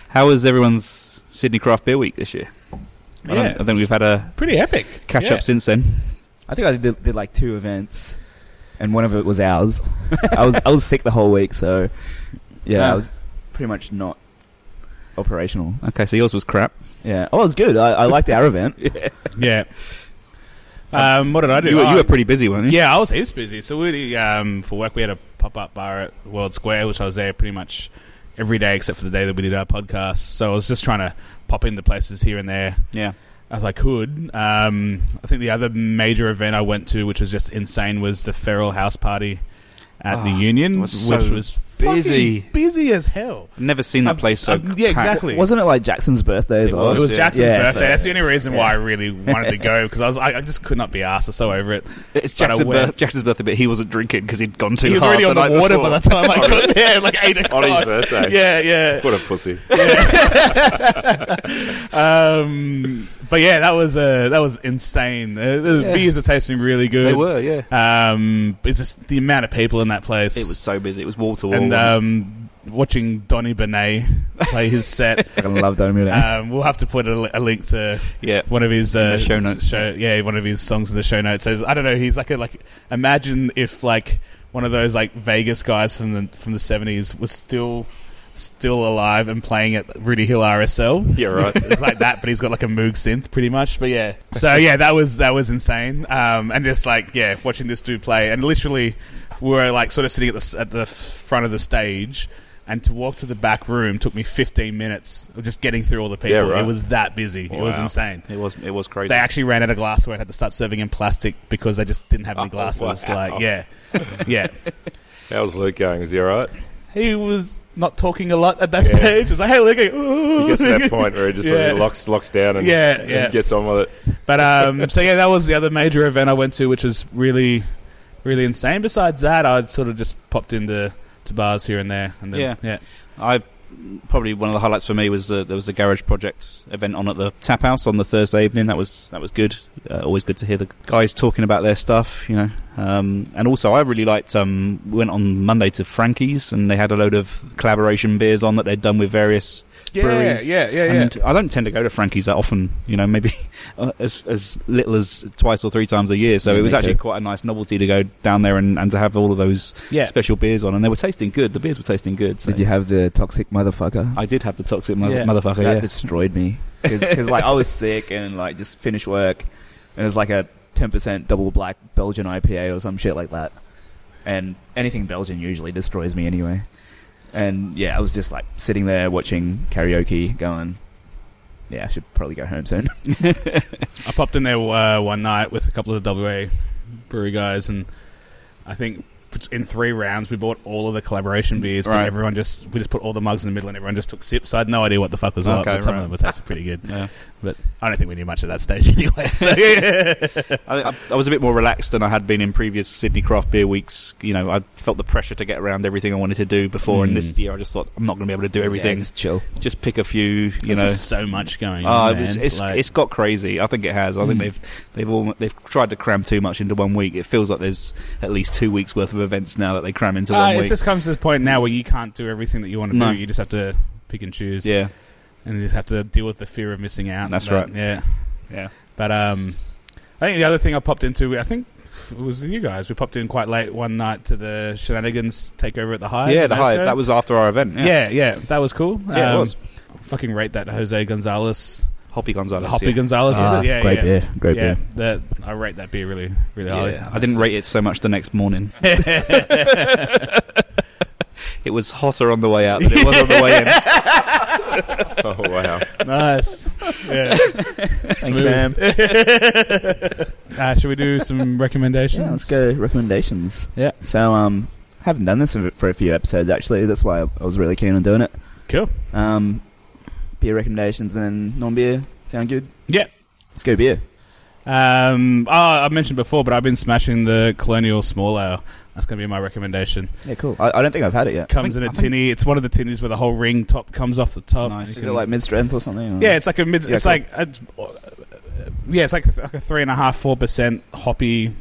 How was everyone's Sydney Craft Beer Week this year? Yeah. I, don't, I think we've had a Pretty epic. catch Yeah. up since then. I think I did, did like two events, and one of it was ours. [laughs] I was I was sick the whole week, so yeah, Ah. I was pretty much not [laughs] operational. Okay, so yours was crap. Yeah, oh, it was good. I, I liked our [laughs] event. Yeah. Um, what did I do? You, were- Oh, you were pretty busy, weren't you? Yeah, I was heaps busy. So we um, for work we had a pop up bar at World Square, which I was there pretty much every day except for the day that we did our podcast. So I was just trying to pop into places here and there Yeah. as I could. Um, I think the other major event I went to, which was just insane, was the Feral House Party at the Ah, Union, it was so which was fucking busy. busy as hell. Never seen that place so Um, yeah, packed. exactly. Wasn't it like Jackson's birthday as It well? It was yeah. Jackson's Yeah, birthday. so- That's the only reason why I really wanted to go because I was I, I just could not be asked. I'm so over it. It's But I Jackson's, went. birth- Jackson's birthday, but he wasn't drinking because he'd gone too he was hard already on the night water before. by the time I got there, like eight o'clock. On his birthday. Yeah, yeah. What a [laughs] pussy. Um, but yeah, that was uh, that was insane. Uh, the Yeah. beers were tasting really good. They were, yeah. Um, it's just the amount of people in that place. It was so busy. It was wall to wall. and um, watching Donny Benet play his [laughs] set. I fucking love Dome Milan. um, we'll have to put a, li- a link to yeah. one of his In uh, the show notes. show- yeah, one of his songs in the show notes. So I don't know. He's like a like. Imagine if like one of those like Vegas guys from the from the seventies was still still alive and playing at Rudy Hill RSL. Yeah, right. it's like that, but he's got like a Moog synth, pretty much. But yeah, so yeah, that was that was insane. Um, and just like yeah, watching this dude play, and literally we were like sort of sitting at the s- at the front of the stage. And to walk to the back room took me 15 minutes of just getting through all the people. Yeah, right. It was that busy. It was Wow. insane. It was it was crazy. They actually ran out of glassware and had to start serving in plastic because they just didn't have any Oh, glasses. wow. Like, yeah, yeah. How's Luke going? Is he all right? He was not talking a lot at that Yeah. stage. It was like, hey, look, ooh. He gets to [laughs] that point where he just Yeah. sort of locks locks down and Yeah, and yeah. gets on with it. [laughs] But um, so yeah, that was the other major event I went to, which was really, really insane. Besides that, I sort of just popped into to bars here and there. And then, Yeah. yeah, I've probably one of the highlights for me was uh, there was a garage project event on at the tap house on the Thursday evening. That was that was good. Uh, always good to hear the guys talking about their stuff, you know. Um, and also, I really liked. Um, we went on Monday to Frankie's, and they had a load of collaboration beers on that they'd done with various. breweries. yeah, yeah, And I don't tend to go to Frankie's that often, you know, maybe [laughs] uh, as as little as twice or three times a year. So Yeah, it was me actually too. quite a nice novelty to go down there and, and to have all of those yeah. special beers on, and they were tasting good. The beers were tasting good. So. Did you have the toxic motherfucker? I did have the toxic mother- Yeah. motherfucker. that yeah. destroyed me because like I was sick and like just finished work and it was like a ten percent double black Belgian IPA or some shit like that, and anything Belgian usually destroys me anyway. And yeah, I was just like sitting there watching karaoke, going, "Yeah, I should probably go home soon." I popped in there uh, one night with a couple of the WA brewery guys, and I think in three rounds we bought all of the collaboration beers. But Right. everyone just we just put all the mugs in the middle, and everyone just took sips. So I had no idea what the fuck was up. Okay, But some right. of them were tasting pretty good. Yeah. I don't think we knew much at that stage [laughs] anyway. So yeah. I, I, I was a bit more relaxed than I had been in previous Sydney craft beer weeks. You know, I felt the pressure to get around everything I wanted to do before, and this Mm. year I just thought I'm not going to be able to do Yeah, everything. just chill. just pick a few, you There's know. just so much going. Ah, on, it was, man. it's Like- it's got crazy. I think it has. I think Mm. they've they've all they've tried to cram too much into one week. It feels like there's at least two weeks worth of events now that they cram into Ah, one it week. just comes to the point now where you can't do everything that you want to No. do. You just have to pick and choose, Yeah, and you just have to deal with the fear of missing out. That's But, right. Yeah. yeah. But um, I think the other thing I popped into, I think it was you guys. We popped in quite late one night to the shenanigans takeover at the Hive. yeah, in the hype. Ascot. That was after our event. yeah. Yeah, yeah, that was cool. Um, Yeah, it was. Fucking rate that Jose Gonzalez, Hoppy Gonzalez. Hoppy yeah. Gonzalez. Ah, Oh, is it? Yeah, great yeah. beer, great yeah, beer. that I rate that beer really, really highly. Yeah, I didn't rate it so much the next [laughs] morning. it was hotter on the way out than it was on the [laughs] way in. Oh wow! [laughs] Nice. Yeah. Thanks, [laughs] Sam. uh, should we do some recommendations? Yeah, let's go recommendations. Yeah. So um, haven't done this for a few episodes actually. That's why I was really keen on doing it. Cool. Um, beer recommendations and non-beer sound good. Yeah. Let's go beer. Um, oh, I mentioned before, but I've been smashing the Colonial Small Ale. That's going to be my recommendation. Yeah, cool. I, I don't think I've had it yet. comes think- in a I think- tinny. It's one of the tinnies where the whole ring top comes off the top. Nice. You Is can- it like mid strength or something? or- yeah, it's like a mid. Yeah, it's cool. like a, yeah, it's like a, like a three and a half, four percent hoppy.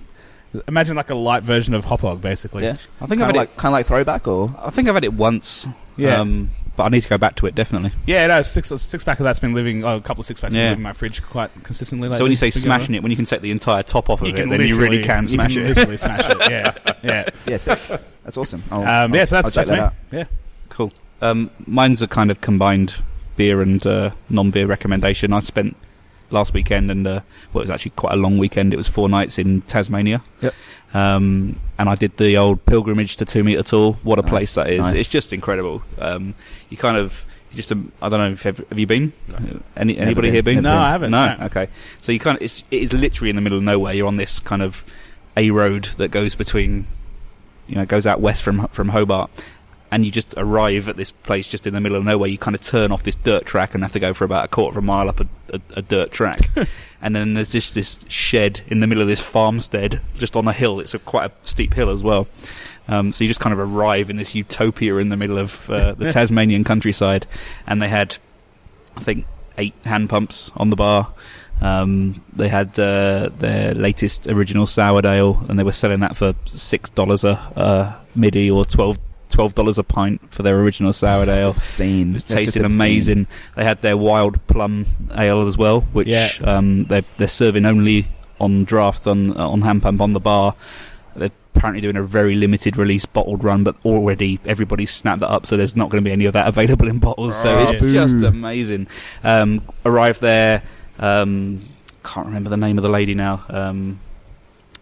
Imagine like a light version of hop hog, basically. yeah. I Kind think I've of had like kind of like throwback or it. I think I've had it once. yeah, Um, but I need to go back to it definitely. yeah. No, six six pack of that's been living. Oh, a couple of six packs been Yeah. living in my fridge quite consistently. Lately. so when you say smashing it, when you can take the entire top off of it, then you really can smash it. Literally smash it. [laughs] Yeah, yeah. yeah, sick. [laughs] that's awesome. I'll, Um, yeah, so I'll that's check that's that me. out. Yeah, Cool. Um, mine's a kind of combined beer and uh, non-beer recommendation. I spent last weekend and uh, well, it was actually quite a long weekend. It was four nights in Tasmania. Yep. Um, and I did the old pilgrimage to Two Meter Tall. What a Nice, place that is! nice. It's just incredible. Um, you kind of you just um, I don't know if have, have you been? Uh, No. Any, Never anybody been. here been? Never No, been. I haven't, No. no. Okay. So you kind of it's, it is literally in the middle of nowhere. You're on this kind of a road that goes between you know goes out west from from Hobart, and you just arrive at this place just in the middle of nowhere. You kind of turn off this dirt track and have to go for about a quarter of a mile up a, a, a dirt track, and then there's just this shed in the middle of this farmstead just on a hill. It's a quite a steep hill as well. Um, so you just kind of arrive in this utopia in the middle of uh, the Tasmanian countryside, and they had, I think, eight hand pumps on the bar. Um, they had uh, their latest original sourdough, ale, and they were selling that for six dollars a uh, midi or twelve twelve dollars a pint for their original sourdough. ale. Obscene. It was That's just tasting obscene. amazing. They had their wild plum ale as well, which Yeah. um, they're, they're serving only on draft on uh, on hand pump on the bar. They're apparently doing a very limited release bottled run, but already everybody's snapped that up, so there's not going to be any of that available in bottles. So Oh, it's boo. just amazing. Um, arrived there. Um, can't remember the name of the lady now. Um,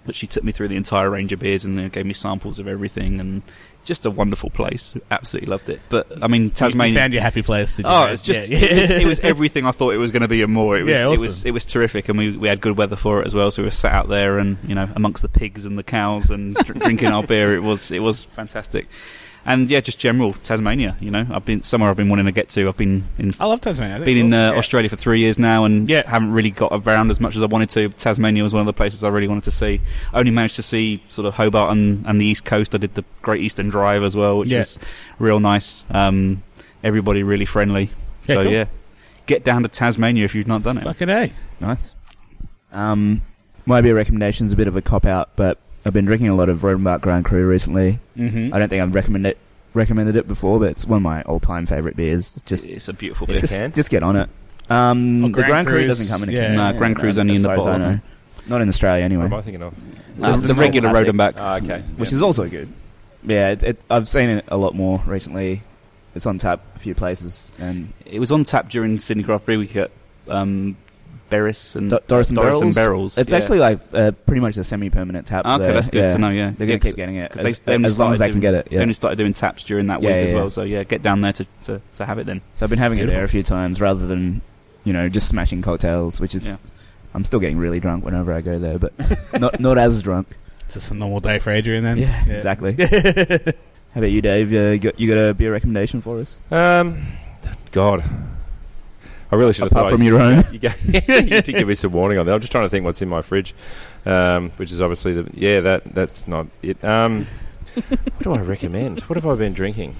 but she took me through the entire range of beers and you know, gave me samples of everything and just a wonderful place. Absolutely loved it. But I mean, You Tasmania. found your happy place. did you, Oh, mate? it's just Yeah. It, was, it [laughs] was everything I thought it was going to be and more. It was Yeah, it awesome. was it was terrific, and we, we had good weather for it as well. So we were sat out there and you know amongst the pigs and the cows [laughs] and dr- drinking our beer. It was it was fantastic, and yeah, just general Tasmania. You know, I've been somewhere I've been wanting to get to. I've been in I love Tasmania. I think been it's in uh, awesome. Yeah. Australia for three years now, and Yeah. haven't really got around as much as I wanted to. Tasmania was one of the places I really wanted to see. I only managed to see sort of Hobart and, and the East Coast. I did the Great Eastern Drive as well, which Yeah. was real nice. Um, everybody really friendly. Yeah, so cool. yeah, get down to Tasmania if you've not done it. Fucking A. Nice. Um, my beer recommendation's a bit of a cop out, but I've been drinking a lot of Rodenbach Grand Cru recently. Mm-hmm. I don't think I've recommend it, recommended it before, but it's one of my all time favorite beers. It's just it's a beautiful In a beer. just, can? just get on it. Um, Oh, the Grand Grand Cru Cru's- doesn't come in a can. yeah. No, Grand Cru's only as in the far as I bottle, know. isn't Not in Australia, What anyway. am I thinking of? Uh, the regular classic, Rodenbach. Ah, okay. which is also good. Yeah, it, it, I've seen it a lot more recently. It's on tap a few places, and It was on tap during Sydney Craft Brewery Week at um, Berris and Do- Doris and Mm. Doris Berrils. and Berrils. It's Yeah. actually like uh, pretty much a semi-permanent tap. okay. there. That's good Yeah. to know. Yeah, They're Yeah, gonna 'cause keep getting it 'cause as, they- they as long as they started can get it. They Yeah. only started doing taps during that Yeah, week as yeah, well. yeah. So yeah, get down there to, to, to have it then. So I've been having it Beautiful. there a few times rather than you know just smashing cocktails, which is Yeah. I'm still getting really drunk whenever I go there, but not not as drunk. It's just a normal day for Adrian then. [laughs] Yeah, exactly. How about you, Dave? Uh, you, got, you got a beer recommendation for us Um, God, I really should have apart thought from your own? [laughs] you, ga- you did give me some warning on that. I'm just trying to think what's in my fridge, um, which is obviously the yeah that that's not it. Um, what do I recommend? What have I been drinking?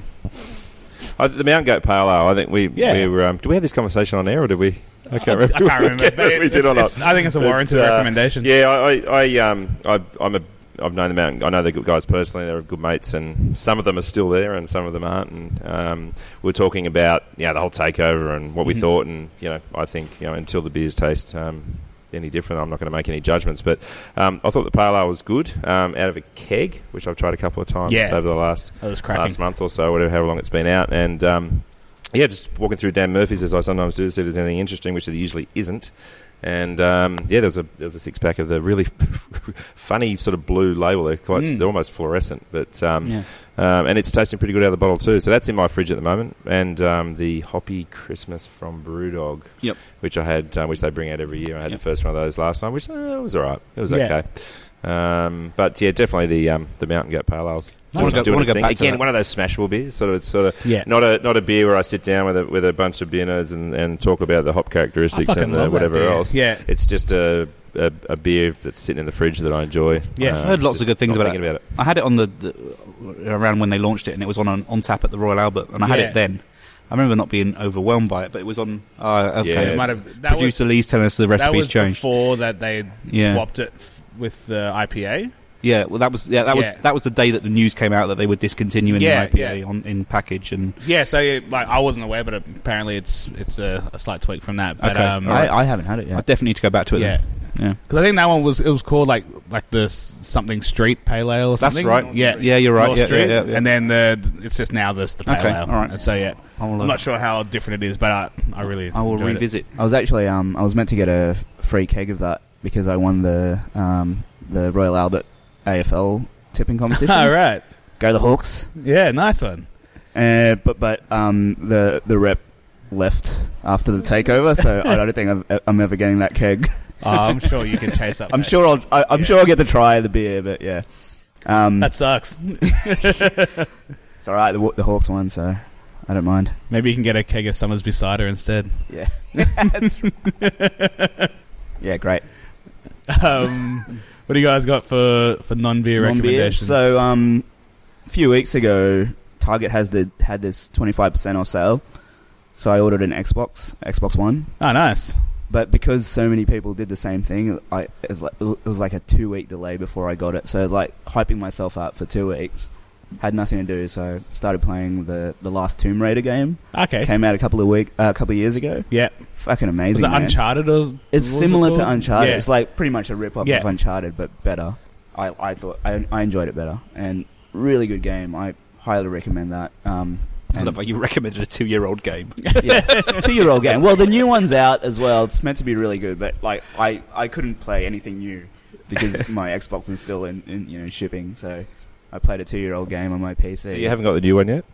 I, the Mount Goat Pale Ale. I think we Yeah. we were. Um, did we have this conversation on air or did we? I can't remember. I can't remember. but we it- did it's- or not. it's- I think it's a But, warranted uh, recommendation. Yeah, I, I, I um, I, I'm a, I've known the mountain. I know the good guys personally. They're good mates, and some of them are still there, and some of them aren't. And um, we we're talking about yeah the whole takeover and what we Mhm. thought, and you know, I think you know until the beers taste. Um, any different? I'm not going to make any judgments, but um, I thought the pale ale was good um, out of a keg, which I've tried a couple of times Yeah. over the last That Oh, was cracking. last month or so, whatever, however long it's been out. And um, yeah, just walking through Dan Murphy's as I sometimes do to see if there's anything interesting, which there usually isn't. And um, yeah, there was a there was a six pack of the really [laughs] funny sort of blue label. They're quite Mm. they're almost fluorescent, but um, yeah. um, and it's tasting pretty good out of the bottle too. So that's in my fridge at the moment. And um, the Hoppy Christmas from Brewdog, Yep. which I had, um, which they bring out every year. I had Yep. the first one of those last time, which uh, was all right. It was Yeah. okay. Um, but yeah, definitely the um, the Mountain Goat Pale Ales. I wanna Doing- go- doing wanna its go thing. back to again. that. one of those smashable beers. Sort of, it's sort of Yeah. not a not a beer where I sit down with a, with a bunch of beer nerds and, and talk about the hop I characteristics fucking and the love that whatever beer. else. Yeah. It's just a, a a beer that's sitting in the fridge that I enjoy. Um, Yeah. I've heard lots just of good things not about thinking about it. I had it on the, the around when they launched it, and it was on on, on tap at the Royal Albert, and I had Yeah. it then. I remember not being overwhelmed by it, but it was on. Uh, okay. Yeah, It might it's- have, that was, Producer Lee's telling us the that was recipes changed. before that they Yeah. swapped it f- with the IPA. Yeah, well, that was yeah, that was Yeah. that was the day that the news came out that they were discontinuing Yeah, the IPA yeah. on in package, and Yeah, so like I wasn't aware, but apparently it's it's a, a slight tweak from that. But Okay. um, All right. I, I haven't had it I yet. definitely need to go back to it. yeah, then. yeah. because I think that one was it was called like like the s- something street pale ale. Or That's something. right. Yeah, yeah, you're right. North Yeah, Street, yeah, yeah, yeah. and then the it's just now the the pale Okay, ale. all right. And so yeah, I'll, uh, I'm not sure how different it is, but I I really I will enjoyed it. [laughs] revisit. I was actually um, I was meant to get a f- free keg of that because I won the um, the Royal Albert AFL tipping competition. All right, Go the Hawks! yeah, nice one. Uh, but but um, the the rep left after the takeover, so I don't think I've, I'm ever getting that keg. Oh, I'm sure you can chase up. [laughs] I'm that. sure I'll I, I'm Yeah. sure I'll get to try the beer, but yeah, Um, That sucks. it's all right. The, Wa- the Hawks won, so I don't mind. Maybe you can get a keg of Summersby cider instead. [laughs] Yeah. yeah, great. Um, what do you guys got for, for non Non-beer. beer recommendations? So, um, a few weeks ago, Target has the had this twenty five percent off sale. So I ordered an Xbox, Xbox One, oh, nice. but because so many people did the same thing, I it was like, it was like a two week delay before I got it. So it was like hyping myself up for two weeks. Had nothing to do, so started playing the the last Tomb Raider game. Okay. Came out a couple of week uh, a couple of years ago. Yeah. Fucking Was amazing. it man. Uncharted or It's what was it similar to called? Uncharted. Yeah. It's like pretty much a rip off Yeah. of Uncharted, but better. I, I thought I, I enjoyed it better, and really good game. I highly recommend that. Um, I and- love how you recommended a two-year-old game. yeah, two year old game. Well, the new one's out as well. It's meant to be really good, but like I, I couldn't play anything new [laughs] because my Xbox is still in, in you know shipping. So I played a two year old game on my PC. So you haven't got the new one yet?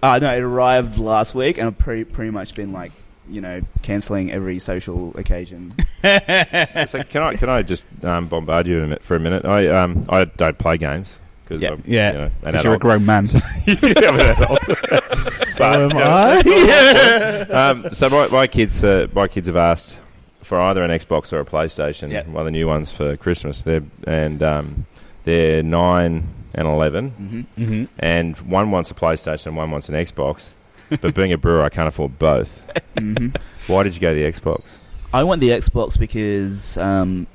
Uh, no, it arrived last week, and I've pretty pretty much been like you know canceling every social [laughs] occasion. so can I can I just um, bombard you in a mi- for a minute? I um I don't play games because Yeah. I'm Yeah. you know, an Because you're a adult. grown [laughs] man. I'm an adult. But, am you know, I. um, so my, my kids uh, my kids have asked for either an Xbox or a PlayStation, Yeah. one of the new ones for Christmas. They're and um, they're nine and eleven, hmm Mm-hmm. and one wants a PlayStation, and one wants an Xbox. but being a brewer, I can't afford both. hmm Why did you go to the Xbox? I want the Xbox because um,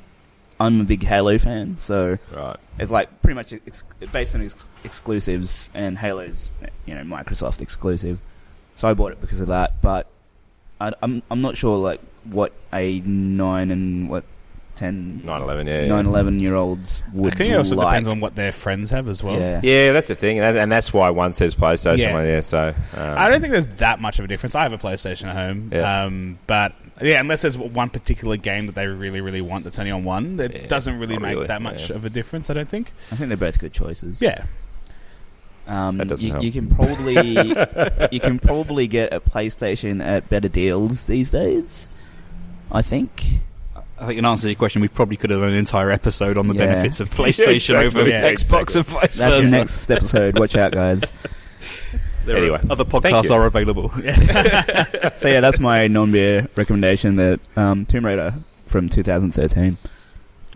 I'm a big Halo fan, so Right. it's like pretty much ex- based on ex- exclusives, and Halo's you know Microsoft exclusive, so I bought it because of that. But I, I'm I'm not sure like what a nine and what ten 9 11, yeah. yeah. nine eleven year olds would I think it also like. depends on what their friends have as well. yeah. Yeah, that's the thing, and, that, and that's why one says PlayStation, Yeah. one yeah. So um, I don't think there's that much of a difference. I have a PlayStation at home, Yeah. um, but yeah, unless there's one particular game that they really, really want that's only on one, it Yeah, doesn't really not make really, that much yeah. of a difference. I don't think. I think they're both good choices. Yeah, Um, That doesn't you, help. you can probably [laughs] you can probably get a PlayStation at better deals these days. I think. I think in answer to your question, we probably could have done an entire episode on the Yeah. benefits [laughs] of PlayStation Yeah, over exactly. Yeah, Xbox exactly. and vice That's versa. the next episode. Watch out, [laughs] guys. There are Anyway. other Thank podcasts you. are available. [laughs] So yeah, that's my non-beer recommendation. That um, Tomb Raider from 2013.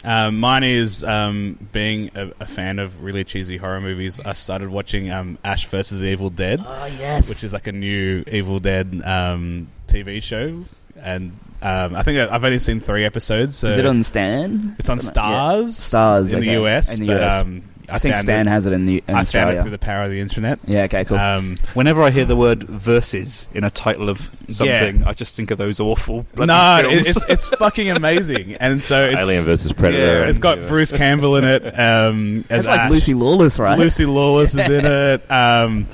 um, mine is um, being a, a fan of really cheesy horror movies. I started watching um, Ash versus Evil Dead, Oh yes. which is like a new Evil Dead um, TV show, and um, I think I've only seen three episodes. So is it on Stan? It's on Dunno. Stars. Stars, in okay. the US. In the but, US. Um, Yeah. I think found Stan it, has it in the in I found Australia. it through the power of the internet. yeah. Okay. Cool. [laughs] Um, Whenever I hear the word versus in a title of something, I just think of those awful bloody no, films. it, it's it's fucking amazing, and so [laughs] it's Alien versus Predator. yeah, and- it's got Bruce Campbell in it. Um, [laughs] as it's like Ash. Lucy Lawless, right? Lucy Lawless [laughs] is in it, um,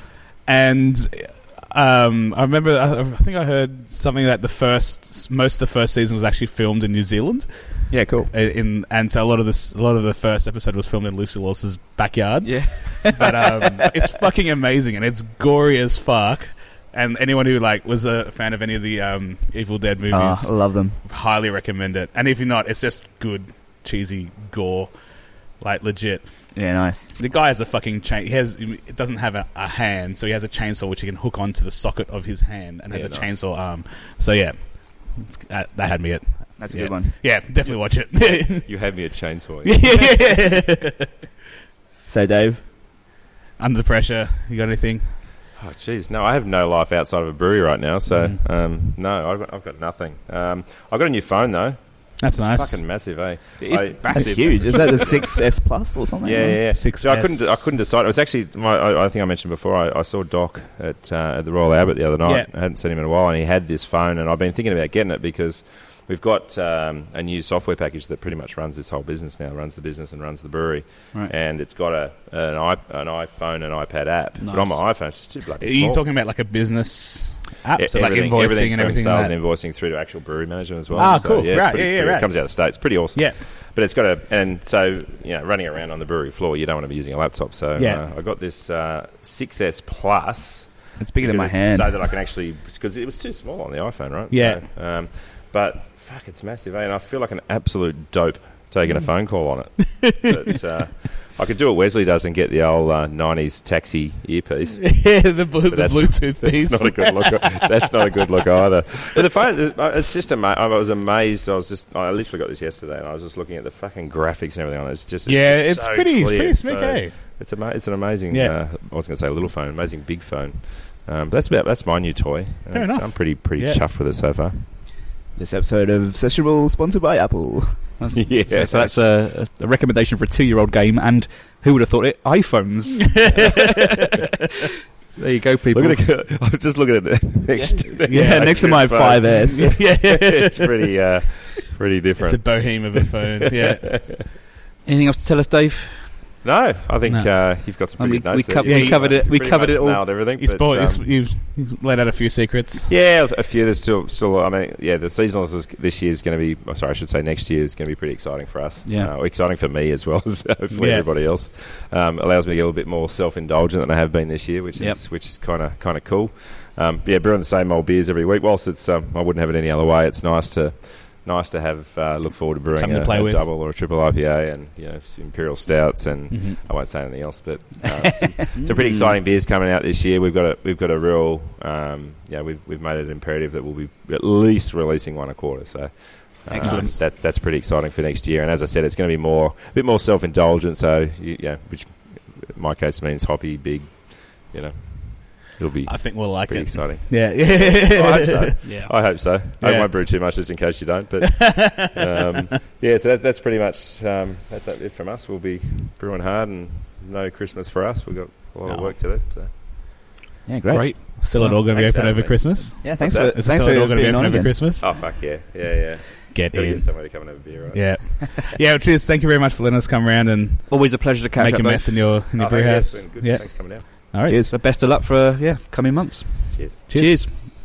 and um, I remember. I, I think I heard something that the first, most of the first season was actually filmed in New Zealand. Yeah. Cool. uh, In and so a lot of this, a lot of the first episode was filmed in Lucy Lawless's backyard. yeah. [laughs] but um, it's fucking amazing and it's gory as fuck. And anyone who like was a fan of any of the um, Evil Dead Oh, I movies, love them. highly recommend it. And if you're not, it's just good cheesy gore, like legit. Yeah. Nice. The guy has a fucking chain. He has it doesn't have a, a hand, so he has a chainsaw which he can hook onto the socket of his hand and has Yeah, a nice. chainsaw arm. So yeah, It's- that, that had me it. That's a Yeah. good one. Yeah, definitely watch it. [laughs] You had me at [laughs] chainsaw. So Dave, Under the pressure, you got anything? Oh, jeez. No, I have no life outside of a brewery right now. So, Mm. um, no, I've got, I've got nothing. Um, I've got a new phone, though. That's nice. It's fucking massive, eh? It is I- that's massive. huge. Is that the 6S Plus or Yeah, something? yeah, yeah. Six So I couldn't, S. I couldn't decide. It was actually, my, I, I think I mentioned before, I, I saw Doc at, uh, at the Royal Albert the other night. I hadn't seen him in a while, and he had this phone, and I've been thinking about getting it because we've got um, a new software package that pretty much runs this whole business now, runs the business and runs the brewery. Right. And it's got a an, I, an iPhone and iPad app. But on Nice. my iPhone, it's just too bloody Are small. you talking about like a business app, Yeah, so like E- everything- invoicing everything from and everything sales like that? and invoicing through to actual brewery management as well. Ah, So, cool. yeah, it's Right, pretty- yeah, yeah, pretty- right. It comes out of the states. Pretty awesome. Yeah. but it's got a and so you know running around on the brewery floor, you don't want to be using a laptop. So Yeah. uh, I got this uh, 6S Plus. It's bigger than my because- hand. so that I can actually because it was too small on the iPhone, right? Yeah. So, um, but Mm. [laughs] fuck, it's massive, eh? and I feel like an absolute dope taking a phone call on it. but uh, I could do what Wesley does and get the old uh, '90s taxi earpiece. [laughs] yeah, the, blue, the that's- Bluetooth [laughs] piece. That's not a good look. [laughs] that's not a good look either. But the phone, it's just ama- I was amazed. I was just, I literally got this yesterday, and I was just looking at the fucking graphics and everything on it. It's just, it's yeah, just it's, so pretty, it's clear, pretty smick, so- eh? It's ama- it's an amazing. Yeah. Uh, I was going to say little phone, amazing big phone. Um, but that's about that's my new toy. And Fair it's- enough. I'm pretty pretty Yeah. chuffed with it so [laughs] far. This episode of Sessionable sponsored by Apple. [laughs] That's- Yeah. so- so that's a, a recommendation for a two-year-old game, and who would have thought it? iPhones. [laughs] there you go, [laughs] people. Look at the, [laughs] I was just looking at it next. Yeah, Yeah, next to my [laughs] 5S. yeah, it's pretty uh, pretty It's a different. bohem of [laughs] a phone. Yeah, Anything else to tell us, Dave? no, I think No. uh, you've got some pretty And we- good notes we there. covered- Yeah, we you covered guys it- we pretty covered much it all. Nailed everything. you but, spoiled, um, you've, you've laid out a few secrets. Yeah, a few. There's still, still. I mean, yeah, the seasonals is, this year is going to be. oh, Sorry, I should say next year is going to be pretty exciting for us. Yeah. Uh, exciting for me as well as [laughs] hopefully Yeah. everybody else. Um, allows me to get a little bit more self-indulgent than I have been this year, which Yep. is which is kind of kind of cool. Um, yeah, brewing the same old beers every week. Whilst it's, um, I wouldn't have it any other way. It's nice to. Nice to have uh, look forward to brewing Something a, to play a with. double or a triple IPA and you know some imperial stouts and Mhm. I won't say anything else, but uh, [laughs] some, some pretty exciting beers coming out this year. We've got a we've got a real um, yeah we've we've made it imperative that we'll be at least releasing one a quarter. So. uh, Excellent. That, that's pretty exciting for next year, and as I said, it's going to be more a bit more self indulgent. So you, yeah, which in my case means hoppy, big. You know, it'll be I think we'll like pretty it. [laughs] exciting. Yeah, I hope so. Yeah. I hope so. I Yeah. won't brew too much, just in case you don't. [laughs] [laughs] But um, yeah, so that, that's pretty much um, that's it from us. We'll be brewing hard, and no Christmas for us. We've got a lot of No. work to do. So Yeah, great. Great. Still, it all going to be Thanks for open having over me. Christmas. Yeah, thanks What's for that? Is it thanks still for it all going to be being open on over again. Christmas? oh fuck yeah, yeah, yeah. Get Gotta in. give somebody to come and have a beer, right? Yeah, yeah. Well, cheers. Thank you very much for letting us come around and Always a pleasure to catch make up. a though. mess in your in your Oh, brew yes, house. been good. Yeah. Thanks for coming down. All right. So best of luck for uh, yeah coming months. Cheers. Cheers. Cheers.